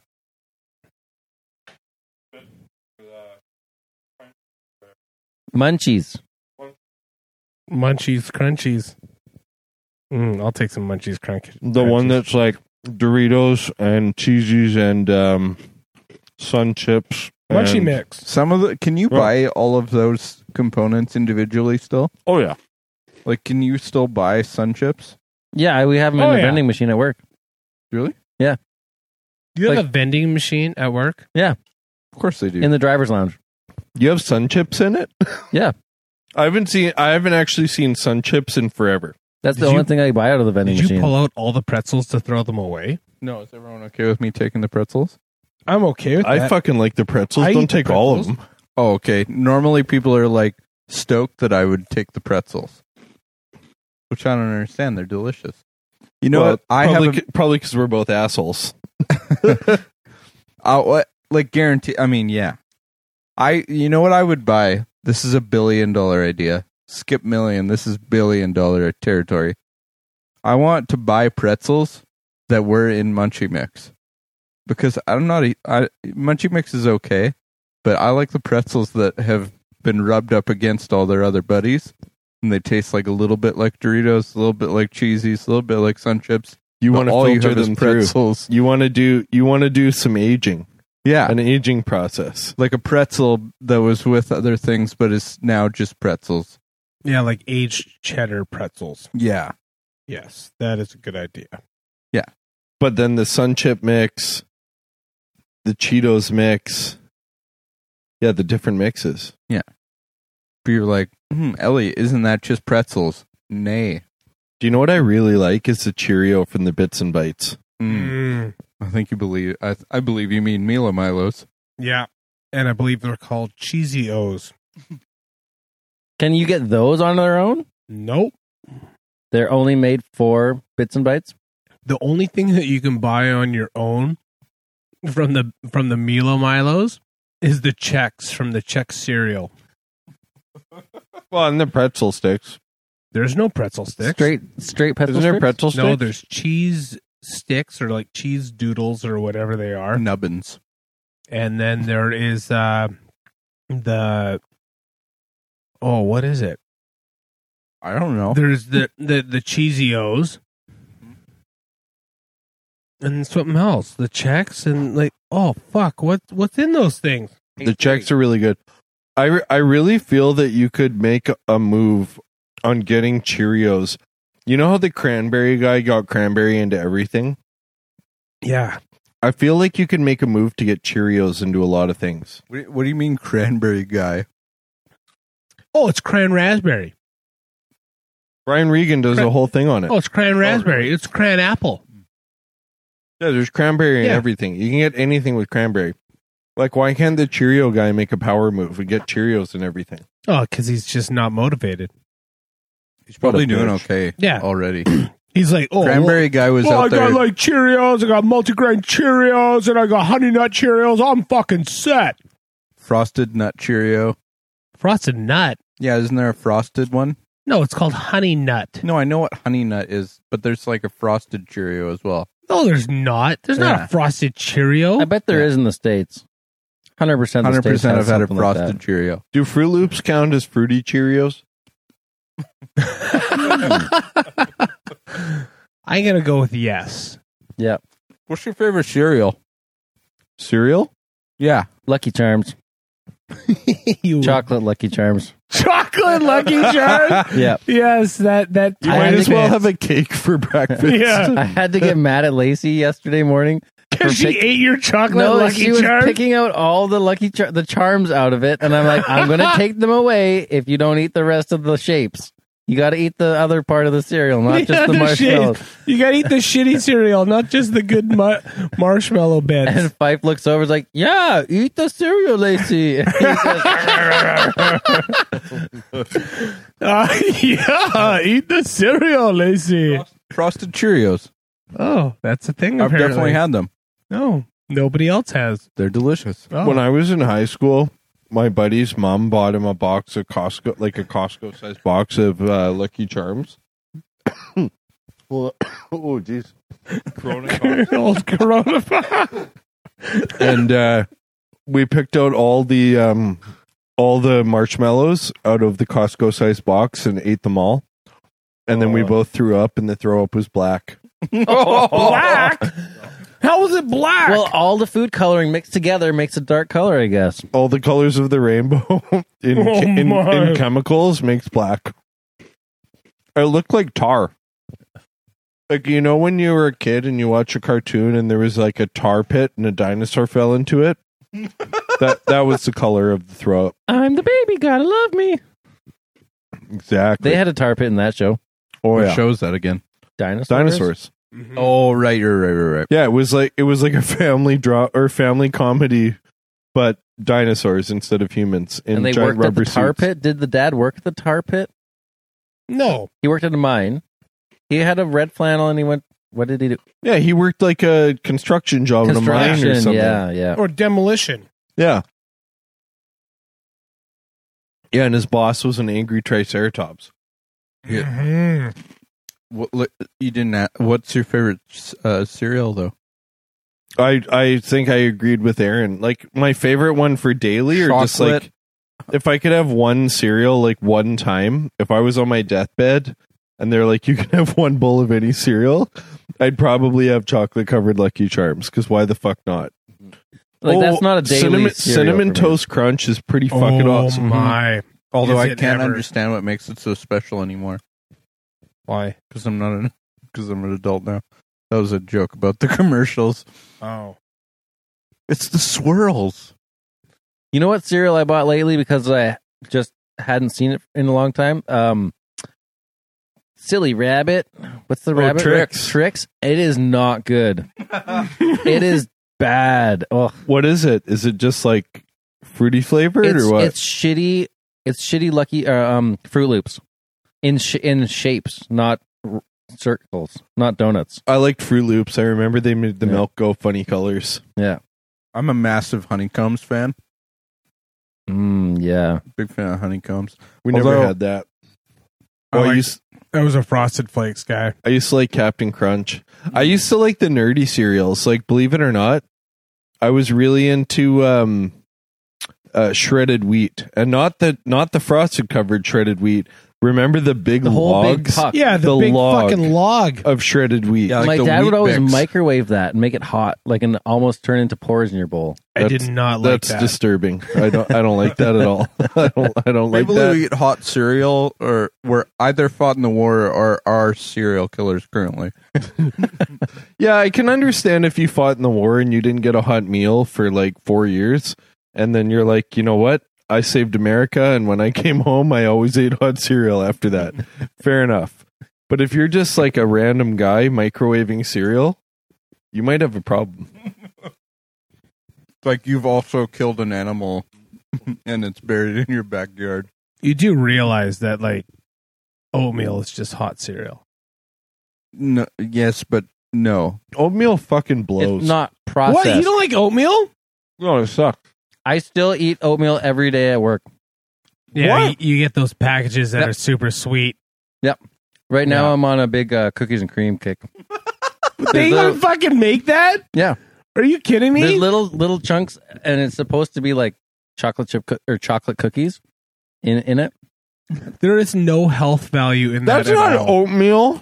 [SPEAKER 4] Munchies.
[SPEAKER 3] Munchies, crunchies. Mm, I'll take some munchies, crunch.
[SPEAKER 5] The one
[SPEAKER 3] crunchies.
[SPEAKER 5] that's like Doritos and cheesies and um, sun chips.
[SPEAKER 3] munchie
[SPEAKER 5] and-
[SPEAKER 3] mix.
[SPEAKER 2] Some of the can you
[SPEAKER 5] Well-
[SPEAKER 2] buy all of those components individually still?
[SPEAKER 5] Oh yeah,
[SPEAKER 2] Like, can you still buy sun chips?
[SPEAKER 4] Yeah, we have them in
[SPEAKER 3] Oh,
[SPEAKER 4] the
[SPEAKER 3] yeah.
[SPEAKER 4] vending machine at work.
[SPEAKER 3] Do you have
[SPEAKER 4] Like-
[SPEAKER 3] a vending machine at work?
[SPEAKER 2] Of course they do.
[SPEAKER 4] In the driver's lounge.
[SPEAKER 5] you have sun chips in it.
[SPEAKER 4] Yeah.
[SPEAKER 5] I haven't seen. I haven't actually seen sun chips in forever.
[SPEAKER 4] That's
[SPEAKER 3] Did
[SPEAKER 4] the
[SPEAKER 3] you-
[SPEAKER 4] only thing I buy out of the vending
[SPEAKER 3] Did you
[SPEAKER 4] machine.
[SPEAKER 3] pull out all the pretzels to throw them away?
[SPEAKER 2] no, is everyone okay with me taking the pretzels?
[SPEAKER 3] I'm okay with
[SPEAKER 5] I fucking like the pretzels.
[SPEAKER 3] I eat
[SPEAKER 5] Don't
[SPEAKER 3] the
[SPEAKER 5] take all of
[SPEAKER 3] pretzels.
[SPEAKER 5] them.
[SPEAKER 2] Oh, okay. Normally people are like stoked that I would take the pretzels, which I don't understand. They're delicious. You know
[SPEAKER 5] Well,
[SPEAKER 2] what? I
[SPEAKER 5] probably
[SPEAKER 2] have a,
[SPEAKER 5] c- probably because we're both assholes.
[SPEAKER 2] I- what- uh, like guarantee. I mean, yeah. I you know what I would buy? This is a billion dollar idea. Skip million. This is billion dollar territory. I want to buy pretzels that were in Munchie Mix because I'm not a I, Munchie Mix is okay, but I like the pretzels that have been rubbed up against all their other buddies, and they taste like a little bit like Doritos, a little bit like Cheesies, a little bit like Sun Chips.
[SPEAKER 5] You
[SPEAKER 2] but
[SPEAKER 5] want to
[SPEAKER 2] all
[SPEAKER 5] filter
[SPEAKER 2] have is
[SPEAKER 5] them through.
[SPEAKER 2] pretzels.
[SPEAKER 5] You want to do. You want to do some aging.
[SPEAKER 2] Yeah,
[SPEAKER 5] An aging process.
[SPEAKER 2] like a pretzel that was with other things but is now just pretzels.
[SPEAKER 3] Yeah, like aged cheddar pretzels.
[SPEAKER 2] Yeah.
[SPEAKER 3] Yes, that is a good idea.
[SPEAKER 5] But then the sun chip mix, the Cheetos mix. Yeah, the different mixes.
[SPEAKER 2] But you're like, hmm, Ellie, isn't that just pretzels? Nay.
[SPEAKER 5] Do you know what I really like is the Cheerio from the Bits and Bites.
[SPEAKER 3] Hmm.
[SPEAKER 2] Mm, I think you believe. I, th- I believe you mean Mila Milos.
[SPEAKER 3] yeah, and I believe they're called cheesy O's.
[SPEAKER 4] Can you get those on their own?
[SPEAKER 3] Nope.
[SPEAKER 4] They're only made for bits and bites.
[SPEAKER 3] The only thing that you can buy on your own from the from the Milo Milos is the checks from the Chex cereal.
[SPEAKER 5] Well, and the pretzel sticks.
[SPEAKER 3] There's no pretzel sticks.
[SPEAKER 4] Straight straight pretzel
[SPEAKER 5] Isn't there
[SPEAKER 4] strips?
[SPEAKER 5] pretzel sticks?
[SPEAKER 3] No, there's cheese sticks or like cheese doodles or whatever they are.
[SPEAKER 2] Nubbins.
[SPEAKER 3] and then there is uh the oh what is it
[SPEAKER 2] I don't know.
[SPEAKER 3] there's the the the cheesios and something else the checks and like oh fuck what what's in those things
[SPEAKER 5] the checks are really good. I re- I really feel that you could make a move on getting Cheerios. You know how the cranberry guy got cranberry into everything?
[SPEAKER 3] yeah
[SPEAKER 5] I feel like you can make a move to get Cheerios into a lot of things.
[SPEAKER 2] What, do- what do you mean, cranberry guy?
[SPEAKER 3] Oh, it's cran raspberry.
[SPEAKER 5] Brian Regan does a
[SPEAKER 3] Cran-
[SPEAKER 5] whole thing on it.
[SPEAKER 3] Oh, it's cran raspberry. It's cran apple.
[SPEAKER 5] Yeah, there's cranberry
[SPEAKER 3] Yeah.
[SPEAKER 5] and everything. You can get anything with cranberry. Like, why can't the Cheerio guy make a power move and get Cheerios and everything?
[SPEAKER 3] Oh, because he's just not motivated.
[SPEAKER 2] He's probably
[SPEAKER 5] a
[SPEAKER 2] doing
[SPEAKER 5] bitch.
[SPEAKER 2] okay.
[SPEAKER 3] Yeah.
[SPEAKER 2] already.
[SPEAKER 3] He's like, oh,
[SPEAKER 2] cranberry guy was
[SPEAKER 3] well, well, I
[SPEAKER 2] out there.
[SPEAKER 3] got like Cheerios, I got multigrain Cheerios, and I got honey nut Cheerios. I'm fucking set.
[SPEAKER 2] frosted nut Cheerio.
[SPEAKER 3] Frosted nut?
[SPEAKER 2] Yeah, isn't there a frosted one?
[SPEAKER 3] No, it's called honey nut.
[SPEAKER 2] No, I know what honey nut is, but there's like a frosted Cheerio as well.
[SPEAKER 3] No, there's not. There's not
[SPEAKER 2] Yeah.
[SPEAKER 3] a frosted Cheerio.
[SPEAKER 4] I bet there is in the states. Hundred percent.
[SPEAKER 2] Hundred percent. I've had a frosted
[SPEAKER 4] frosted.
[SPEAKER 2] Cheerio.
[SPEAKER 5] Do Fruit Loops count as fruity Cheerios?
[SPEAKER 3] I'm gonna go with yes.
[SPEAKER 4] Yeah,
[SPEAKER 2] What's your favorite cereal?
[SPEAKER 5] Cereal?
[SPEAKER 2] Yeah,
[SPEAKER 4] Lucky Charms,
[SPEAKER 3] You-
[SPEAKER 4] chocolate Lucky Charms.
[SPEAKER 3] chocolate Lucky Charm.
[SPEAKER 4] Yeah,
[SPEAKER 3] yes, that that.
[SPEAKER 5] You
[SPEAKER 4] I
[SPEAKER 5] might
[SPEAKER 4] had
[SPEAKER 5] as
[SPEAKER 4] to
[SPEAKER 5] well
[SPEAKER 4] get-
[SPEAKER 5] have a cake for breakfast.
[SPEAKER 3] Yeah.
[SPEAKER 4] I had to get mad at Lacey yesterday morning.
[SPEAKER 3] Because
[SPEAKER 4] she
[SPEAKER 3] she ate your chocolate
[SPEAKER 4] no,
[SPEAKER 3] Lucky
[SPEAKER 4] she was
[SPEAKER 3] Charm.
[SPEAKER 4] picking out all the Lucky Char- the charms out of it, and I'm like, I'm gonna take them away if you don't eat the rest of the shapes. You got to eat the other part of the cereal, not
[SPEAKER 3] Yeah,
[SPEAKER 4] just the
[SPEAKER 3] no
[SPEAKER 4] marshmallows.
[SPEAKER 3] shit. You gotta eat the shitty cereal, not just the good mar- marshmallow bits.
[SPEAKER 4] And Fife looks over, is like, "Yeah, eat the cereal, Lacey." And he goes,
[SPEAKER 3] Uh, yeah, eat the cereal, Lacey.
[SPEAKER 2] frosted Cheerios.
[SPEAKER 3] Oh, that's a thing.
[SPEAKER 2] I've definitely had them.
[SPEAKER 3] No, nobody else has.
[SPEAKER 2] They're delicious.
[SPEAKER 3] Oh.
[SPEAKER 5] When I was in high school, my buddy's mom bought him a box of Costco, like a Costco sized box of uh, Lucky Charms. well, oh, jeez. Corona cough.
[SPEAKER 3] old coronavirus.
[SPEAKER 5] and uh, we picked out all the um, all the marshmallows out of the Costco sized box and ate them all. And then we both threw up, and the throw up was black.
[SPEAKER 3] black. How is it black?
[SPEAKER 4] "Oh." well, all the food coloring mixed together makes a dark color, I guess.
[SPEAKER 5] All the colors of the rainbow in,
[SPEAKER 3] Oh,
[SPEAKER 5] in,
[SPEAKER 3] my.
[SPEAKER 5] in chemicals makes black. It looked like tar. Like you know when you were a kid and you watch a cartoon and there was like a tar pit and a dinosaur fell into it. that that was the color of the throw up.
[SPEAKER 4] I'm the baby, gotta love me.
[SPEAKER 5] Exactly.
[SPEAKER 4] They had a tar pit in that show.
[SPEAKER 5] oh
[SPEAKER 2] What
[SPEAKER 5] yeah.
[SPEAKER 2] shows that again?
[SPEAKER 4] Dinosaurs.
[SPEAKER 5] Dinosaurs.
[SPEAKER 3] Mm.
[SPEAKER 2] Oh right, you're right, right, right.
[SPEAKER 5] Yeah, it was like it was like a family draw or family comedy, but dinosaurs instead of humans in
[SPEAKER 4] And they
[SPEAKER 5] giant
[SPEAKER 4] worked at
[SPEAKER 5] rubber
[SPEAKER 4] the tar
[SPEAKER 5] suits.
[SPEAKER 4] pit. Did the dad work at the tar pit?
[SPEAKER 3] no.
[SPEAKER 4] He worked at a mine. He had a red flannel, and he went. What did he do?
[SPEAKER 5] Yeah, he worked like a construction job in a Oh, mine or something. Yeah.
[SPEAKER 4] Yeah, yeah.
[SPEAKER 3] Or demolition.
[SPEAKER 5] yeah, yeah, and his boss was an angry triceratops.
[SPEAKER 2] Yeah.
[SPEAKER 3] Mhm.
[SPEAKER 2] What, look, you didn't. Ask, what's your favorite uh, cereal though?
[SPEAKER 5] I I think I agreed with Aaron. Like my favorite one for daily, or just
[SPEAKER 2] Chocolate.
[SPEAKER 5] like if I could have one cereal like one time, if I was on my deathbed and they're like, you can have one bowl of any cereal, I'd probably have chocolate covered Lucky Charms because why the fuck not?
[SPEAKER 4] Like
[SPEAKER 5] Oh,
[SPEAKER 4] that's not a daily
[SPEAKER 5] cinnamon,
[SPEAKER 4] cereal
[SPEAKER 5] cinnamon
[SPEAKER 4] for me.
[SPEAKER 5] toast crunch is pretty fucking
[SPEAKER 3] oh
[SPEAKER 5] awesome.
[SPEAKER 3] my!
[SPEAKER 2] Although
[SPEAKER 3] Is
[SPEAKER 2] I
[SPEAKER 3] it
[SPEAKER 2] can't
[SPEAKER 3] ever?
[SPEAKER 2] understand what makes it so special anymore.
[SPEAKER 3] Why?
[SPEAKER 2] Because I'm not an. Because I'm an adult now. That was a joke about the commercials.
[SPEAKER 3] Oh,
[SPEAKER 2] It's the swirls.
[SPEAKER 4] You know what cereal I bought lately because I just hadn't seen it in a long time? Um Silly Rabbit. What's the rabbit?
[SPEAKER 5] Oh, Trix.
[SPEAKER 4] Tricks. It is not good. it is bad. Oh,
[SPEAKER 5] What is it? Is it just like fruity flavored
[SPEAKER 4] it's,
[SPEAKER 5] or what?
[SPEAKER 4] it's shitty. It's shitty. Lucky uh, um Fruit Loops in sh- in shapes, not r- circles, not donuts.
[SPEAKER 5] I liked Fruit Loops. I remember they made the
[SPEAKER 4] Yeah.
[SPEAKER 5] milk go funny colors.
[SPEAKER 2] I'm a massive honeycombs fan.
[SPEAKER 4] Mm, yeah.
[SPEAKER 2] Big fan of honeycombs.
[SPEAKER 5] We
[SPEAKER 2] Although-
[SPEAKER 5] never had that.
[SPEAKER 3] I
[SPEAKER 5] Oh, I
[SPEAKER 3] liked-
[SPEAKER 5] used
[SPEAKER 3] that was a frosted flakes guy.
[SPEAKER 5] I used to like Captain Crunch. I used to like the nerdy cereals. Like, believe it or not, I was really into um, uh, shredded wheat, and not the not the frosted covered shredded wheat, Remember the big
[SPEAKER 4] The whole
[SPEAKER 5] logs
[SPEAKER 4] big puck.
[SPEAKER 3] Yeah, the,
[SPEAKER 5] The
[SPEAKER 3] big
[SPEAKER 5] log. Uh,
[SPEAKER 3] fucking log.
[SPEAKER 5] of shredded wheat.
[SPEAKER 2] Yeah, like
[SPEAKER 4] My
[SPEAKER 2] the
[SPEAKER 4] dad would
[SPEAKER 2] Weet
[SPEAKER 4] always
[SPEAKER 2] Bix.
[SPEAKER 4] microwave that and make it hot, like and almost turn into pores in your bowl.
[SPEAKER 3] I did
[SPEAKER 5] That's-
[SPEAKER 3] not like
[SPEAKER 5] That's
[SPEAKER 3] that.
[SPEAKER 5] disturbing. I don't. I don't like that at all. I don't. I don't like
[SPEAKER 2] Maybe we
[SPEAKER 5] that.
[SPEAKER 2] eat hot cereal, or we're either fought in the war or are serial killers currently.
[SPEAKER 5] Yeah, I can understand if you fought in the war and you didn't get a hot meal for like four years, and then you're like, you know what? I saved America, and when I came home, I always ate hot cereal after that. Fair enough. But if you're just like a random guy microwaving cereal, you might have a problem.
[SPEAKER 2] Like you've also killed an animal, and it's buried in your backyard.
[SPEAKER 3] You do realize that like oatmeal is just hot cereal.
[SPEAKER 2] No, yes, but no.
[SPEAKER 5] Oatmeal fucking blows.
[SPEAKER 4] It's not processed.
[SPEAKER 3] What? You don't like oatmeal?
[SPEAKER 5] no, it sucks.
[SPEAKER 4] I still eat oatmeal every day at work.
[SPEAKER 3] Yeah,
[SPEAKER 5] What?
[SPEAKER 3] You, you get those packages that
[SPEAKER 4] Yep.
[SPEAKER 3] are super sweet.
[SPEAKER 4] Right now,
[SPEAKER 3] Yeah.
[SPEAKER 4] I'm on a big uh, cookies and cream kick.
[SPEAKER 3] They
[SPEAKER 4] little-
[SPEAKER 3] gonna fucking make that?
[SPEAKER 4] Yeah.
[SPEAKER 3] Are you kidding me?
[SPEAKER 4] There's little little chunks, and it's supposed to be like chocolate chip coo- or chocolate cookies in in it.
[SPEAKER 3] there is no health value in
[SPEAKER 5] That's
[SPEAKER 3] that.
[SPEAKER 5] not
[SPEAKER 3] at all.
[SPEAKER 5] oatmeal.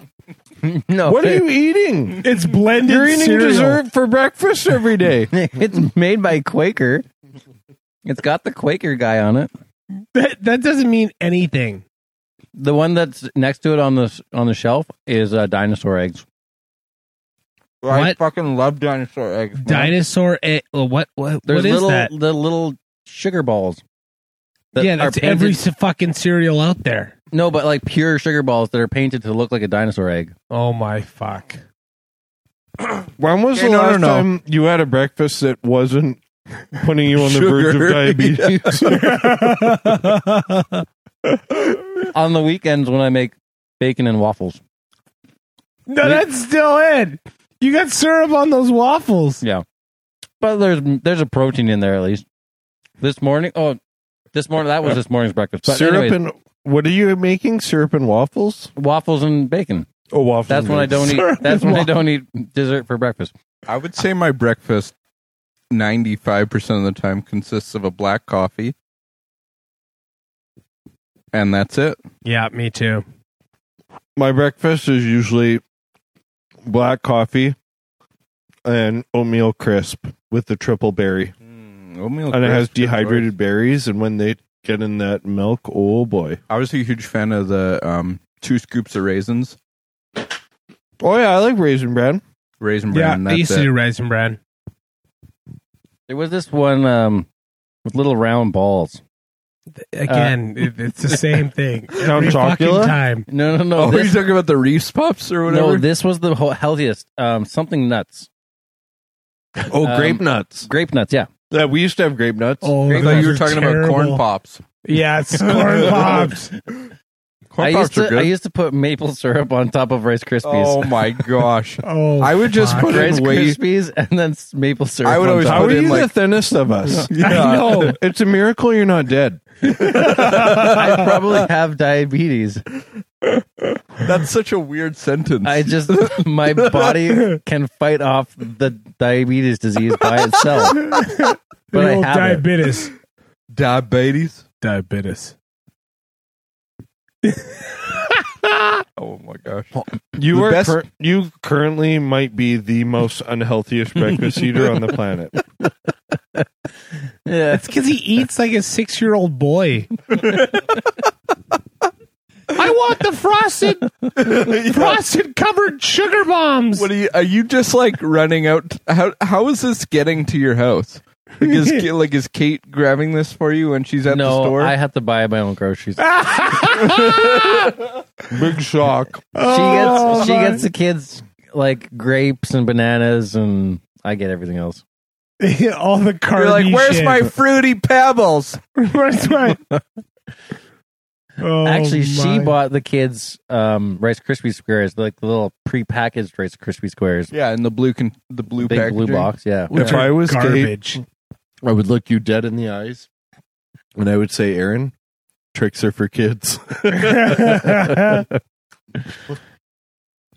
[SPEAKER 4] no,
[SPEAKER 5] What are you eating?
[SPEAKER 3] It's blended
[SPEAKER 5] You're eating
[SPEAKER 3] cereal.
[SPEAKER 5] dessert for breakfast every day.
[SPEAKER 4] it's made by Quaker. It's got the Quaker guy on it.
[SPEAKER 3] That, that doesn't mean anything.
[SPEAKER 4] The one that's next to it on the s- on the shelf is uh, dinosaur eggs.
[SPEAKER 2] I
[SPEAKER 3] What?
[SPEAKER 2] fucking love dinosaur eggs. man.
[SPEAKER 3] Dinosaur. Egg, what? What?
[SPEAKER 4] There's
[SPEAKER 3] what is
[SPEAKER 4] little
[SPEAKER 3] that?
[SPEAKER 4] the little sugar balls. that
[SPEAKER 3] yeah,
[SPEAKER 4] are
[SPEAKER 3] that's
[SPEAKER 4] painted-
[SPEAKER 3] every s- fucking cereal out there.
[SPEAKER 4] no, but like pure sugar balls that are painted to look like a dinosaur egg.
[SPEAKER 3] Oh my fuck!
[SPEAKER 5] When was
[SPEAKER 2] Okay,
[SPEAKER 5] the
[SPEAKER 2] no, no,
[SPEAKER 5] last
[SPEAKER 2] no.
[SPEAKER 5] time you had a breakfast that wasn't putting you on the verge of
[SPEAKER 2] Sugar.
[SPEAKER 5] diabetes?
[SPEAKER 4] On the weekends when I make bacon and waffles.
[SPEAKER 3] No, that's still it. You got syrup on those waffles.
[SPEAKER 4] Yeah, but there's there's a protein in there at least. This morning, oh, this morning that was this morning's breakfast. But
[SPEAKER 5] Syrup
[SPEAKER 4] anyways,
[SPEAKER 5] and what are you making? Syrup and waffles?
[SPEAKER 4] waffles and bacon.
[SPEAKER 5] Oh, waffles.
[SPEAKER 4] That's when I don't eat.
[SPEAKER 3] Syrup
[SPEAKER 4] That's
[SPEAKER 3] and
[SPEAKER 4] when I don't eat dessert for breakfast.
[SPEAKER 2] I would say my breakfast, ninety-five percent of the time, consists of a black coffee, and that's it.
[SPEAKER 3] Yeah, me too.
[SPEAKER 5] My breakfast is usually black coffee and oatmeal crisp with the triple berry,
[SPEAKER 2] oatmeal
[SPEAKER 5] and it has
[SPEAKER 2] crisp, Oh, good
[SPEAKER 5] dehydrated berries. And when they get in that milk, oh boy!
[SPEAKER 2] choice. I was a huge fan of the um, two scoops of raisins,
[SPEAKER 5] Oh yeah, I like raisin bread.
[SPEAKER 2] raisin bran.
[SPEAKER 3] yeah, I
[SPEAKER 2] that's
[SPEAKER 3] used
[SPEAKER 2] it.
[SPEAKER 3] to do raisin bran.
[SPEAKER 4] There was this one um, with little round balls.
[SPEAKER 3] Uh, Again, it, it's the same thing every
[SPEAKER 5] Chocula?
[SPEAKER 3] fucking time.
[SPEAKER 4] No, no, no.
[SPEAKER 2] Oh, are you
[SPEAKER 4] this,
[SPEAKER 2] talking about the Reese's Puffs or
[SPEAKER 4] no,
[SPEAKER 2] whatever?
[SPEAKER 4] this was the whole healthiest. Um, something nuts,
[SPEAKER 5] Oh,
[SPEAKER 4] Um,
[SPEAKER 5] grape nuts.
[SPEAKER 4] grape nuts. Yeah,
[SPEAKER 5] Yeah, we used to have grape nuts.
[SPEAKER 3] Oh,
[SPEAKER 2] I thought you were talking about corn pops.
[SPEAKER 3] Yeah, it's corn pops.
[SPEAKER 2] Corn
[SPEAKER 4] I
[SPEAKER 2] pops
[SPEAKER 4] used
[SPEAKER 2] are
[SPEAKER 4] to
[SPEAKER 2] good.
[SPEAKER 4] I used to put maple syrup on top of Rice Krispies.
[SPEAKER 2] oh my gosh!
[SPEAKER 3] Oh,
[SPEAKER 2] I would just
[SPEAKER 3] fuck.
[SPEAKER 2] put
[SPEAKER 4] Rice
[SPEAKER 2] in way.
[SPEAKER 4] Krispies and then s- maple syrup.
[SPEAKER 2] I would
[SPEAKER 4] on
[SPEAKER 2] always
[SPEAKER 4] top.
[SPEAKER 5] How
[SPEAKER 2] put
[SPEAKER 5] are
[SPEAKER 2] in
[SPEAKER 5] you the
[SPEAKER 2] like
[SPEAKER 5] thinnest of us?
[SPEAKER 3] I know.
[SPEAKER 5] It's a miracle you're not dead.
[SPEAKER 4] I probably have diabetes.
[SPEAKER 2] that's such a weird sentence.
[SPEAKER 4] I just my body can fight off the diabetes disease by itself. But I
[SPEAKER 3] Little
[SPEAKER 4] have it.
[SPEAKER 3] diabetes.
[SPEAKER 2] diabetes.
[SPEAKER 3] Diabetes.
[SPEAKER 2] Oh my gosh!
[SPEAKER 5] You
[SPEAKER 2] The
[SPEAKER 5] are
[SPEAKER 2] best-
[SPEAKER 5] cur- you currently might be the most unhealthiest breakfast eater on the planet.
[SPEAKER 4] Yeah.
[SPEAKER 3] It's because he eats like a six-year-old boy. I want the frosted, frosted covered sugar bombs.
[SPEAKER 2] What are you? Are you just like running out? How how is this getting to your house? Like is Ki- like is Kate grabbing this for you when she's at the
[SPEAKER 4] no,
[SPEAKER 2] store?
[SPEAKER 4] I have to buy my own groceries. she
[SPEAKER 5] Big shock.
[SPEAKER 4] gets she
[SPEAKER 3] Oh, my.
[SPEAKER 4] gets the kids like grapes and bananas, and I get everything else.
[SPEAKER 3] All the carby
[SPEAKER 2] You're like, where's
[SPEAKER 3] shit.
[SPEAKER 2] my fruity pebbles?
[SPEAKER 3] where's my? Oh,
[SPEAKER 4] Actually,
[SPEAKER 3] my.
[SPEAKER 4] she bought the kids um, Rice Krispie squares, like the little prepackaged Rice Krispie squares,
[SPEAKER 2] Yeah, in the blue can the blue
[SPEAKER 4] big blue
[SPEAKER 2] packaging.
[SPEAKER 4] box. Yeah,
[SPEAKER 5] If I was Kate,
[SPEAKER 3] garbage.
[SPEAKER 5] I would look you dead in the eyes, and I would say, "Aaron, tricks are for kids."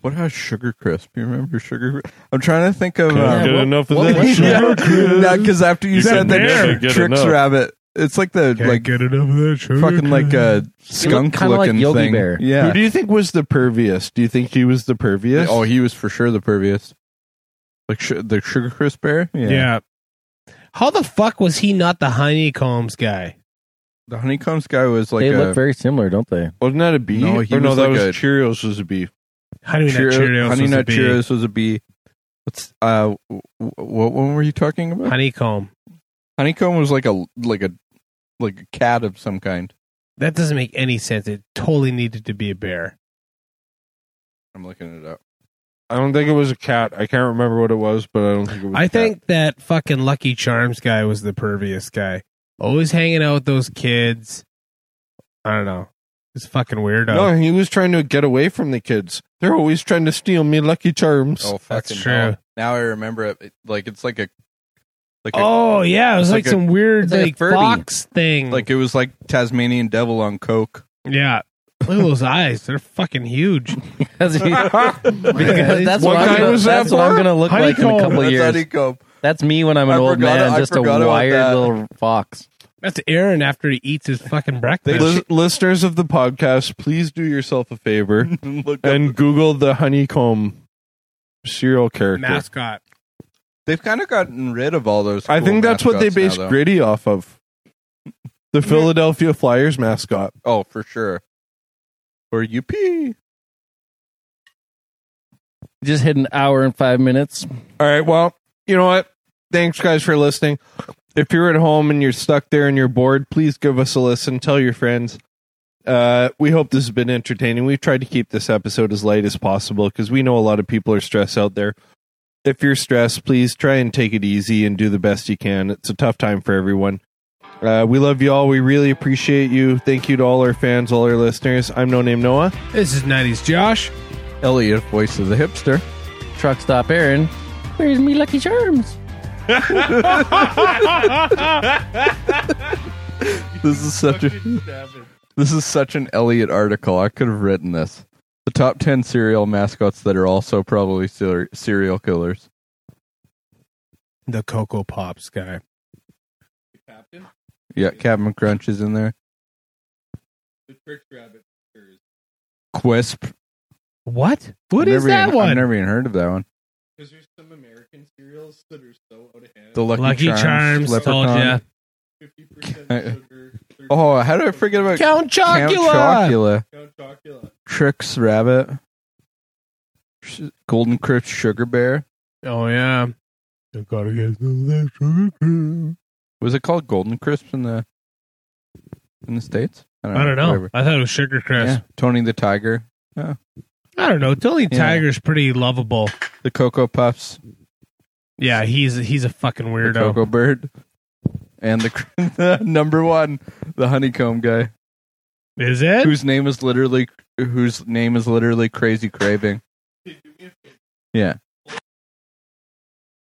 [SPEAKER 2] What about Sugar Crisp? You remember Sugar? Crisp? I'm trying to think of.
[SPEAKER 5] Can't
[SPEAKER 2] Uh,
[SPEAKER 5] get
[SPEAKER 4] what-
[SPEAKER 5] enough of
[SPEAKER 4] what-
[SPEAKER 5] that.
[SPEAKER 4] what-
[SPEAKER 5] Sugar crisp.
[SPEAKER 2] because after you,
[SPEAKER 5] You
[SPEAKER 2] said
[SPEAKER 5] can
[SPEAKER 2] that
[SPEAKER 5] never
[SPEAKER 2] Trick-
[SPEAKER 5] get
[SPEAKER 2] Tricks
[SPEAKER 5] enough.
[SPEAKER 2] Rabbit It's like the
[SPEAKER 3] Can't
[SPEAKER 2] like
[SPEAKER 3] get enough of that sugar
[SPEAKER 2] fucking like uh,
[SPEAKER 3] cane.
[SPEAKER 2] a skunk
[SPEAKER 4] kinda like
[SPEAKER 2] looking
[SPEAKER 4] Yogi
[SPEAKER 2] thing.
[SPEAKER 4] Bear.
[SPEAKER 5] Who
[SPEAKER 2] Yeah.
[SPEAKER 5] do you think was the pervious? Do you think he was the pervious?
[SPEAKER 2] Oh, he was for sure the pervious. Like sh- the sugar crisp bear.
[SPEAKER 3] yeah. How the fuck was he not the honeycombs guy?
[SPEAKER 2] The honeycombs guy was like
[SPEAKER 4] they
[SPEAKER 2] a
[SPEAKER 4] look very similar, don't they?
[SPEAKER 5] wasn't that a bee?
[SPEAKER 2] No, he
[SPEAKER 5] Or
[SPEAKER 2] was
[SPEAKER 5] that
[SPEAKER 2] like
[SPEAKER 5] was
[SPEAKER 2] a-
[SPEAKER 5] Cheerios was a bee.
[SPEAKER 3] Honey Nut
[SPEAKER 2] Cheerio-
[SPEAKER 3] Cheerios.
[SPEAKER 2] honey
[SPEAKER 3] was a
[SPEAKER 2] nut
[SPEAKER 3] bee.
[SPEAKER 2] Cheerios was a bee. What's uh w- w- what one were you talking about?
[SPEAKER 3] Honeycomb.
[SPEAKER 2] honeycomb was like a like a like a cat of some kind.
[SPEAKER 3] That doesn't make any sense. It totally needed to be a bear.
[SPEAKER 2] I'm looking it up.
[SPEAKER 5] I don't think it was a cat. I can't remember what it was, but I don't think it was. a
[SPEAKER 3] I
[SPEAKER 5] cat.
[SPEAKER 3] think that fucking Lucky Charms guy was the pervious guy. Always hanging out with those kids. I don't know. It's fucking weirdo.
[SPEAKER 5] No, he was trying to get away from the kids. They're always trying to steal me Lucky Charms.
[SPEAKER 2] Oh,
[SPEAKER 3] That's
[SPEAKER 2] fucking
[SPEAKER 3] true.
[SPEAKER 2] hell. Now I remember it. It- Like it's like a like a,
[SPEAKER 3] oh yeah, it was
[SPEAKER 2] It's
[SPEAKER 3] like,
[SPEAKER 2] like a-
[SPEAKER 3] some weird
[SPEAKER 4] it's like a
[SPEAKER 3] like,
[SPEAKER 4] Furby.
[SPEAKER 3] fox thing.
[SPEAKER 2] like it was like Tasmanian devil on coke.
[SPEAKER 3] yeah. Look at those eyes. They're fucking huge.
[SPEAKER 4] Because that's
[SPEAKER 5] What
[SPEAKER 4] what, I'm
[SPEAKER 5] kind
[SPEAKER 4] gonna,
[SPEAKER 5] was that
[SPEAKER 4] that's what I'm
[SPEAKER 5] for?
[SPEAKER 4] gonna look like in a
[SPEAKER 3] Honeycomb.
[SPEAKER 4] couple of
[SPEAKER 2] That's
[SPEAKER 4] years.
[SPEAKER 2] honeycomb.
[SPEAKER 4] that's me when I'm an
[SPEAKER 2] I
[SPEAKER 4] old
[SPEAKER 2] forgot-
[SPEAKER 4] man,
[SPEAKER 2] I
[SPEAKER 4] just a
[SPEAKER 2] forgot about
[SPEAKER 4] wired
[SPEAKER 2] that.
[SPEAKER 4] little fox.
[SPEAKER 3] That's Aaron after he eats his fucking breakfast.
[SPEAKER 5] Lis- listeners of the podcast, please do yourself a favor
[SPEAKER 2] Look up.
[SPEAKER 5] and Google the honeycomb serial character.
[SPEAKER 3] mascot.
[SPEAKER 2] They've kind of gotten rid of all those.
[SPEAKER 5] I
[SPEAKER 2] cool
[SPEAKER 5] think that's what they
[SPEAKER 2] mascots
[SPEAKER 5] base
[SPEAKER 2] now, though.
[SPEAKER 5] Gritty off of. The Philadelphia Flyers mascot.
[SPEAKER 2] Oh, for sure. Or UP.
[SPEAKER 4] Just hit an hour and five minutes.
[SPEAKER 5] All right. Well, you know what? Thanks, guys, for listening. If you're at home and you're stuck there and you're bored, please give us a listen. Tell your friends. Uh, we hope this has been entertaining. We've tried to keep this episode as light as possible because we know a lot of people are stressed out there. If you're stressed, please try and take it easy and do the best you can. It's a tough time for everyone. Uh, we love you all. We really appreciate you. Thank you to all our fans, all our listeners. I'm No Name Noah.
[SPEAKER 3] This is 90s Josh.
[SPEAKER 2] Elliot, voice of the hipster.
[SPEAKER 4] Truck stop, Aaron. Where's me Lucky Charms?
[SPEAKER 2] This is such a. This is such an Elliot article. I could have written this. The top ten serial mascots that are also probably ser- serial killers.
[SPEAKER 3] The Cocoa Pops guy.
[SPEAKER 2] Yeah, Captain Crunch is in there. Quisp.
[SPEAKER 3] What? What
[SPEAKER 2] I've
[SPEAKER 3] is
[SPEAKER 2] never
[SPEAKER 3] that
[SPEAKER 2] even-
[SPEAKER 3] one?
[SPEAKER 2] I've never even heard of that one.
[SPEAKER 5] Because there's some American cereals that are so out of hand.
[SPEAKER 2] The Lucky,
[SPEAKER 3] Lucky Charms, oh,
[SPEAKER 2] Charms.
[SPEAKER 3] told
[SPEAKER 2] Leprechaun.
[SPEAKER 3] ya.
[SPEAKER 5] Fifty
[SPEAKER 2] Okay.
[SPEAKER 5] percent sugar.
[SPEAKER 2] Oh, how did I forget about
[SPEAKER 3] Count
[SPEAKER 2] Count
[SPEAKER 3] Chocula.
[SPEAKER 2] Chocula?
[SPEAKER 5] Count Chocula.
[SPEAKER 2] Trix Rabbit. Sh- Golden Crisp Sugar Bear.
[SPEAKER 3] Oh yeah. You gotta get some of that sugar cream.
[SPEAKER 2] Was it called Golden Crisp in the in the states?
[SPEAKER 3] I don't know.
[SPEAKER 2] whatever.
[SPEAKER 3] I thought it was sugar
[SPEAKER 2] Yeah.
[SPEAKER 3] crisp.
[SPEAKER 2] Tony the Tiger,
[SPEAKER 3] I don't know. Tony
[SPEAKER 2] Yeah.
[SPEAKER 3] Tiger's pretty lovable.
[SPEAKER 2] the Cocoa Puffs,
[SPEAKER 3] Yeah, he's he's a fucking
[SPEAKER 2] the
[SPEAKER 3] weirdo.
[SPEAKER 2] Cocoa Bird, and the, cr- the number one, the Honeycomb guy,
[SPEAKER 3] Is it?
[SPEAKER 2] whose name is literally whose name is literally Crazy Craving. Yeah,